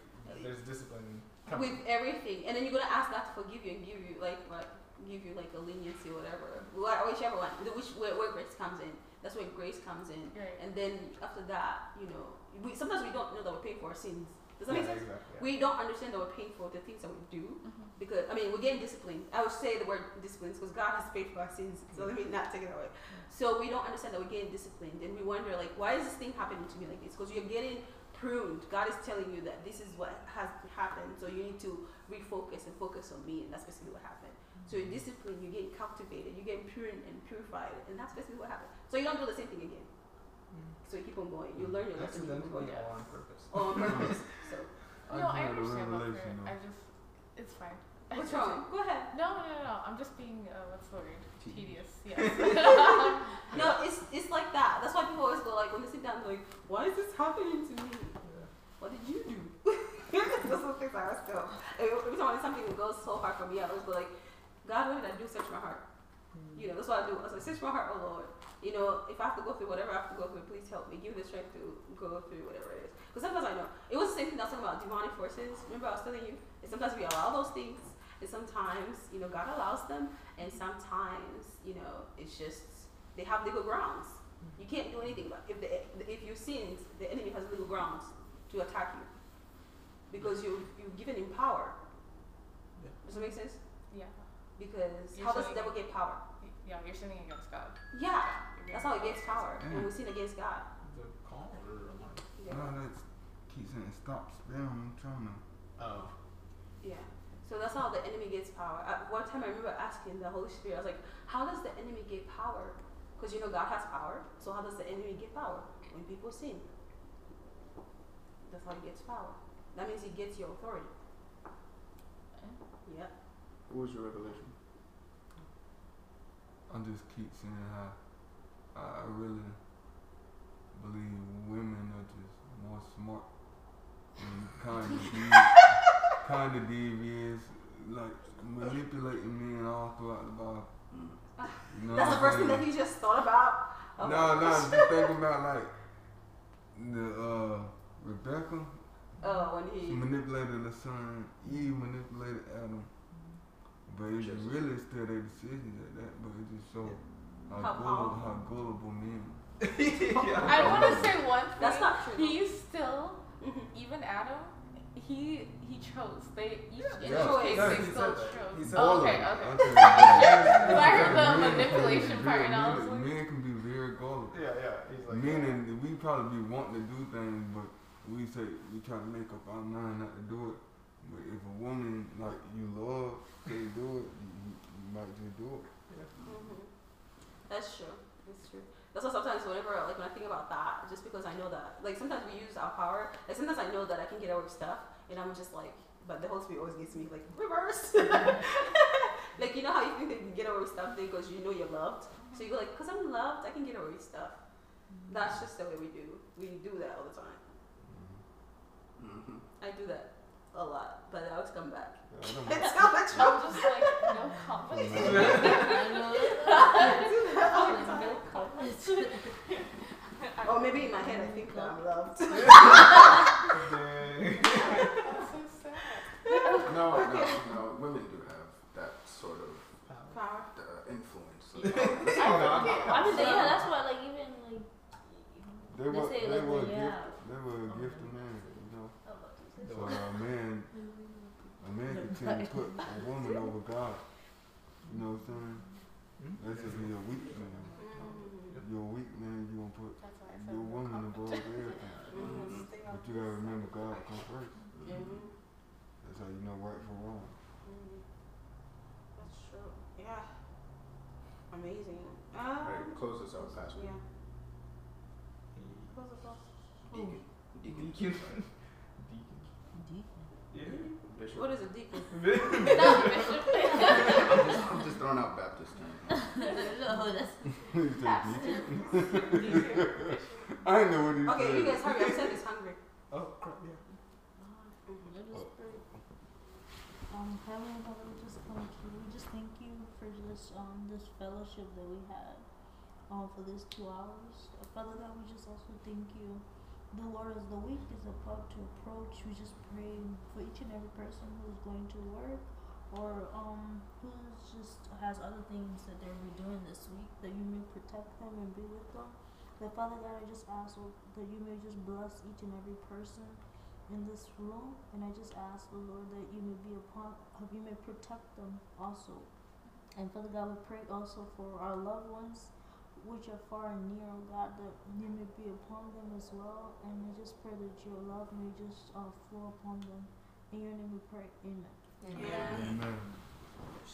S5: there's discipline.
S2: with
S5: coming.
S2: everything, and then you're gonna ask God to forgive you and give you like what, give you like a leniency, whatever, Wh- whichever one, the which where, where grace comes in. That's where grace comes in,
S4: Right.
S2: and then after that, you know, we sometimes we don't know that we're paying for our sins. Does that
S5: yeah,
S2: make sense?
S5: exactly.
S2: We don't understand that we're paying for the things that we do
S4: Mhm.
S2: because I mean we're getting disciplined. I would say the word discipline because God has paid for our sins, so let me not take it away. So we don't understand that we're getting disciplined, and we wonder like, why is this thing happening to me like this? Because you're getting pruned. God is telling you that this is what has happened, so you need to refocus and focus on me, and that's basically what happened. So you
S1: Mm.
S2: discipline, you get cultivated, you get pruned and purified, and that's basically what happened. So you don't do the same thing again. So you keep on going. You learn your lesson. Oh. You keep on
S5: Accidentally
S2: going.
S5: or on purpose.
S2: Or on purpose. So
S4: No, I
S1: I do have a
S4: understand that.
S1: revelation
S4: part.
S1: now.
S4: I just, it's fine.
S2: What's wrong? Go ahead.
S7: No, no, no, no. I'm just being uh, what's the word?
S1: Tedious.
S7: Tedious. Yes.
S3: [LAUGHS]
S2: No, it's it's like that. That's why people always go like when they sit down, they're like, why is this happening to me? What did you do? [LAUGHS] That's what things I ask them. Every time I do something that goes so hard for me, I always go like, God, what did I do? Search my heart. You know, that's what I do. I was like, search my heart, oh Lord. You know, if I have to go through whatever I have to go through, please help me. Give me the strength to go through whatever it is. Because sometimes I know. It was the same thing I was talking about demonic forces. Remember, I was telling you? And sometimes we allow those things, and sometimes, you know, God allows them, and sometimes, you know, it's just, they have legal grounds. You can't do anything about If, the, if you sin, the enemy has legal grounds to attack you because you, you've given him power.
S1: Yeah.
S2: Does that make sense?
S7: yeah.
S2: Because
S7: You're
S2: how does the
S7: saying-
S2: devil get power?
S7: Yeah, you're sinning against God.
S2: Yeah,
S7: You're being-
S2: that's how he gets power. When we sin against God.
S5: Is it a call or a line?
S2: Yeah.
S3: No, that's keep saying stop spamming. I'm trying to.
S5: Oh.
S2: Yeah. So that's how the enemy gets power. At one time, I remember asking the Holy Spirit, I was like, how does the enemy get power? Because you know God has power. So how does the enemy get power? When people sin. That's how he gets power. That means he gets your authority.
S7: Eh?
S2: Yeah.
S1: What was your revelation?
S3: I just keep seeing how I I really believe women are just more smart and
S2: [LAUGHS]
S3: kind of kind of devious, like manipulating men all throughout the Bible.
S2: Mm.
S3: You know
S2: That's the
S3: what
S2: first
S3: I'm
S2: thing that
S3: saying?
S2: he just thought about. Oh my
S3: No, no,
S2: gosh.
S3: just thinking about like the uh, Rebecca.
S2: [LAUGHS] Oh, when
S3: She
S2: he.
S3: manipulated the son. Eve manipulated Adam. But it's
S1: Joseph.
S3: really still their decisions at that. But it just shows how,
S2: How
S3: gullible,
S2: powerful.
S3: how gullible men.
S1: [LAUGHS]
S7: I want to say one thing.
S2: That's not true.
S7: He still,
S2: Mhm.
S7: even Adam, he he chose. They each in
S3: Yeah.
S7: each case
S3: No,
S7: they
S3: he
S7: still
S5: said that. He
S7: chose.
S5: said
S7: Oh,
S3: All of
S7: okay,
S3: them.
S7: okay.
S3: I'm
S2: [LAUGHS]
S3: telling you, men-
S7: But I heard the
S3: men can be
S7: manipulation part,
S3: very-
S7: and I
S3: men-
S7: was like-
S3: men can be very gullible.
S5: Yeah, yeah. He's like.
S3: Meaning we probably be wanting to do things, but we say we try to make up our mind not to do it. But if a woman like you love, say do it, you, you, you might just do it.
S2: Mhm. That's true. That's true. That's why sometimes whenever like when I think about that, just because I know that like sometimes we use our power. Like sometimes I know that I can get away with stuff, and I'm just like, but the Holy Spirit always gets me like reverse. [LAUGHS] like you know how you think that you can get away with something because you know you're loved, so you go like, because I'm loved, I can get away with stuff. That's just the way we do. We do that all the time.
S1: Mm-hmm.
S2: I do that a lot, but I always come back. [LAUGHS]
S3: Yeah, I don't
S2: It's how much
S7: I'm just like no
S3: [LAUGHS]
S7: comment.
S2: [LAUGHS]
S4: no comments.
S2: Or Oh, maybe in my head I think that I'm loved.
S5: Dang.
S7: That's so sad.
S1: No, no, no. Women do have that sort of
S2: [LAUGHS] Power.
S1: uh, influence.
S5: I don't know.
S12: I mean, yeah, that's why, like, even like,
S3: They were,
S12: say,
S3: they
S12: like,
S3: were a gift.
S4: yeah.
S3: They were a gift to man, you know.
S12: oh, what was it?
S3: So a man, a man can tend to put a woman over God. You know what I'm saying? That's if you're a weak man. You're a weak man. You gonna put
S7: That's why I
S3: your
S7: said no
S3: woman above
S7: comment.
S3: everything.
S12: Mm-hmm.
S2: Mhm.
S3: But you gotta remember God come first.
S2: Mhm.
S3: uh, That's how you know right from wrong.
S2: Mhm. That's true. Yeah. Amazing. Um,
S1: Alright, close this out, Pastor.
S2: Yeah.
S1: Deacon. Deacon.
S5: Deacon. [LAUGHS]
S1: Sorry. Bishop.
S2: What is a deacon?
S5: Deacon.
S7: No,
S12: [LAUGHS]
S7: Bishop.
S1: I'm just, I'm just throwing out Baptist terms.
S12: No,
S4: Oh,
S12: that's
S3: You say
S12: Pastor.
S3: deacon? [LAUGHS] I didn't know what he
S2: Okay, you
S3: said.
S2: guys hurry. I'm Seth is hungry.
S5: [LAUGHS] Oh, crap, yeah.
S3: Oh.
S2: Mhm.
S12: Um, Heavenly Father, we just come to you. We just thank you for just um this fellowship that we had, um, for these two hours. Uh, Father God, we just also thank you. The Lord, as the week is about to approach, we just pray for each and every person who's going to work, or um who's just has other things that they'll be doing this week. That you may protect them and be with them. That Father God, I just ask oh, that you may just bless each and every person in this room, and I just ask the Lord that you may be upon, uh, you may protect them also. And Father God, we pray also for our loved ones, which are far and near, oh God, that you may be upon them as well. And I just pray that your love may just uh, flow upon them. In your name we pray, amen.
S2: Yeah.
S3: Amen.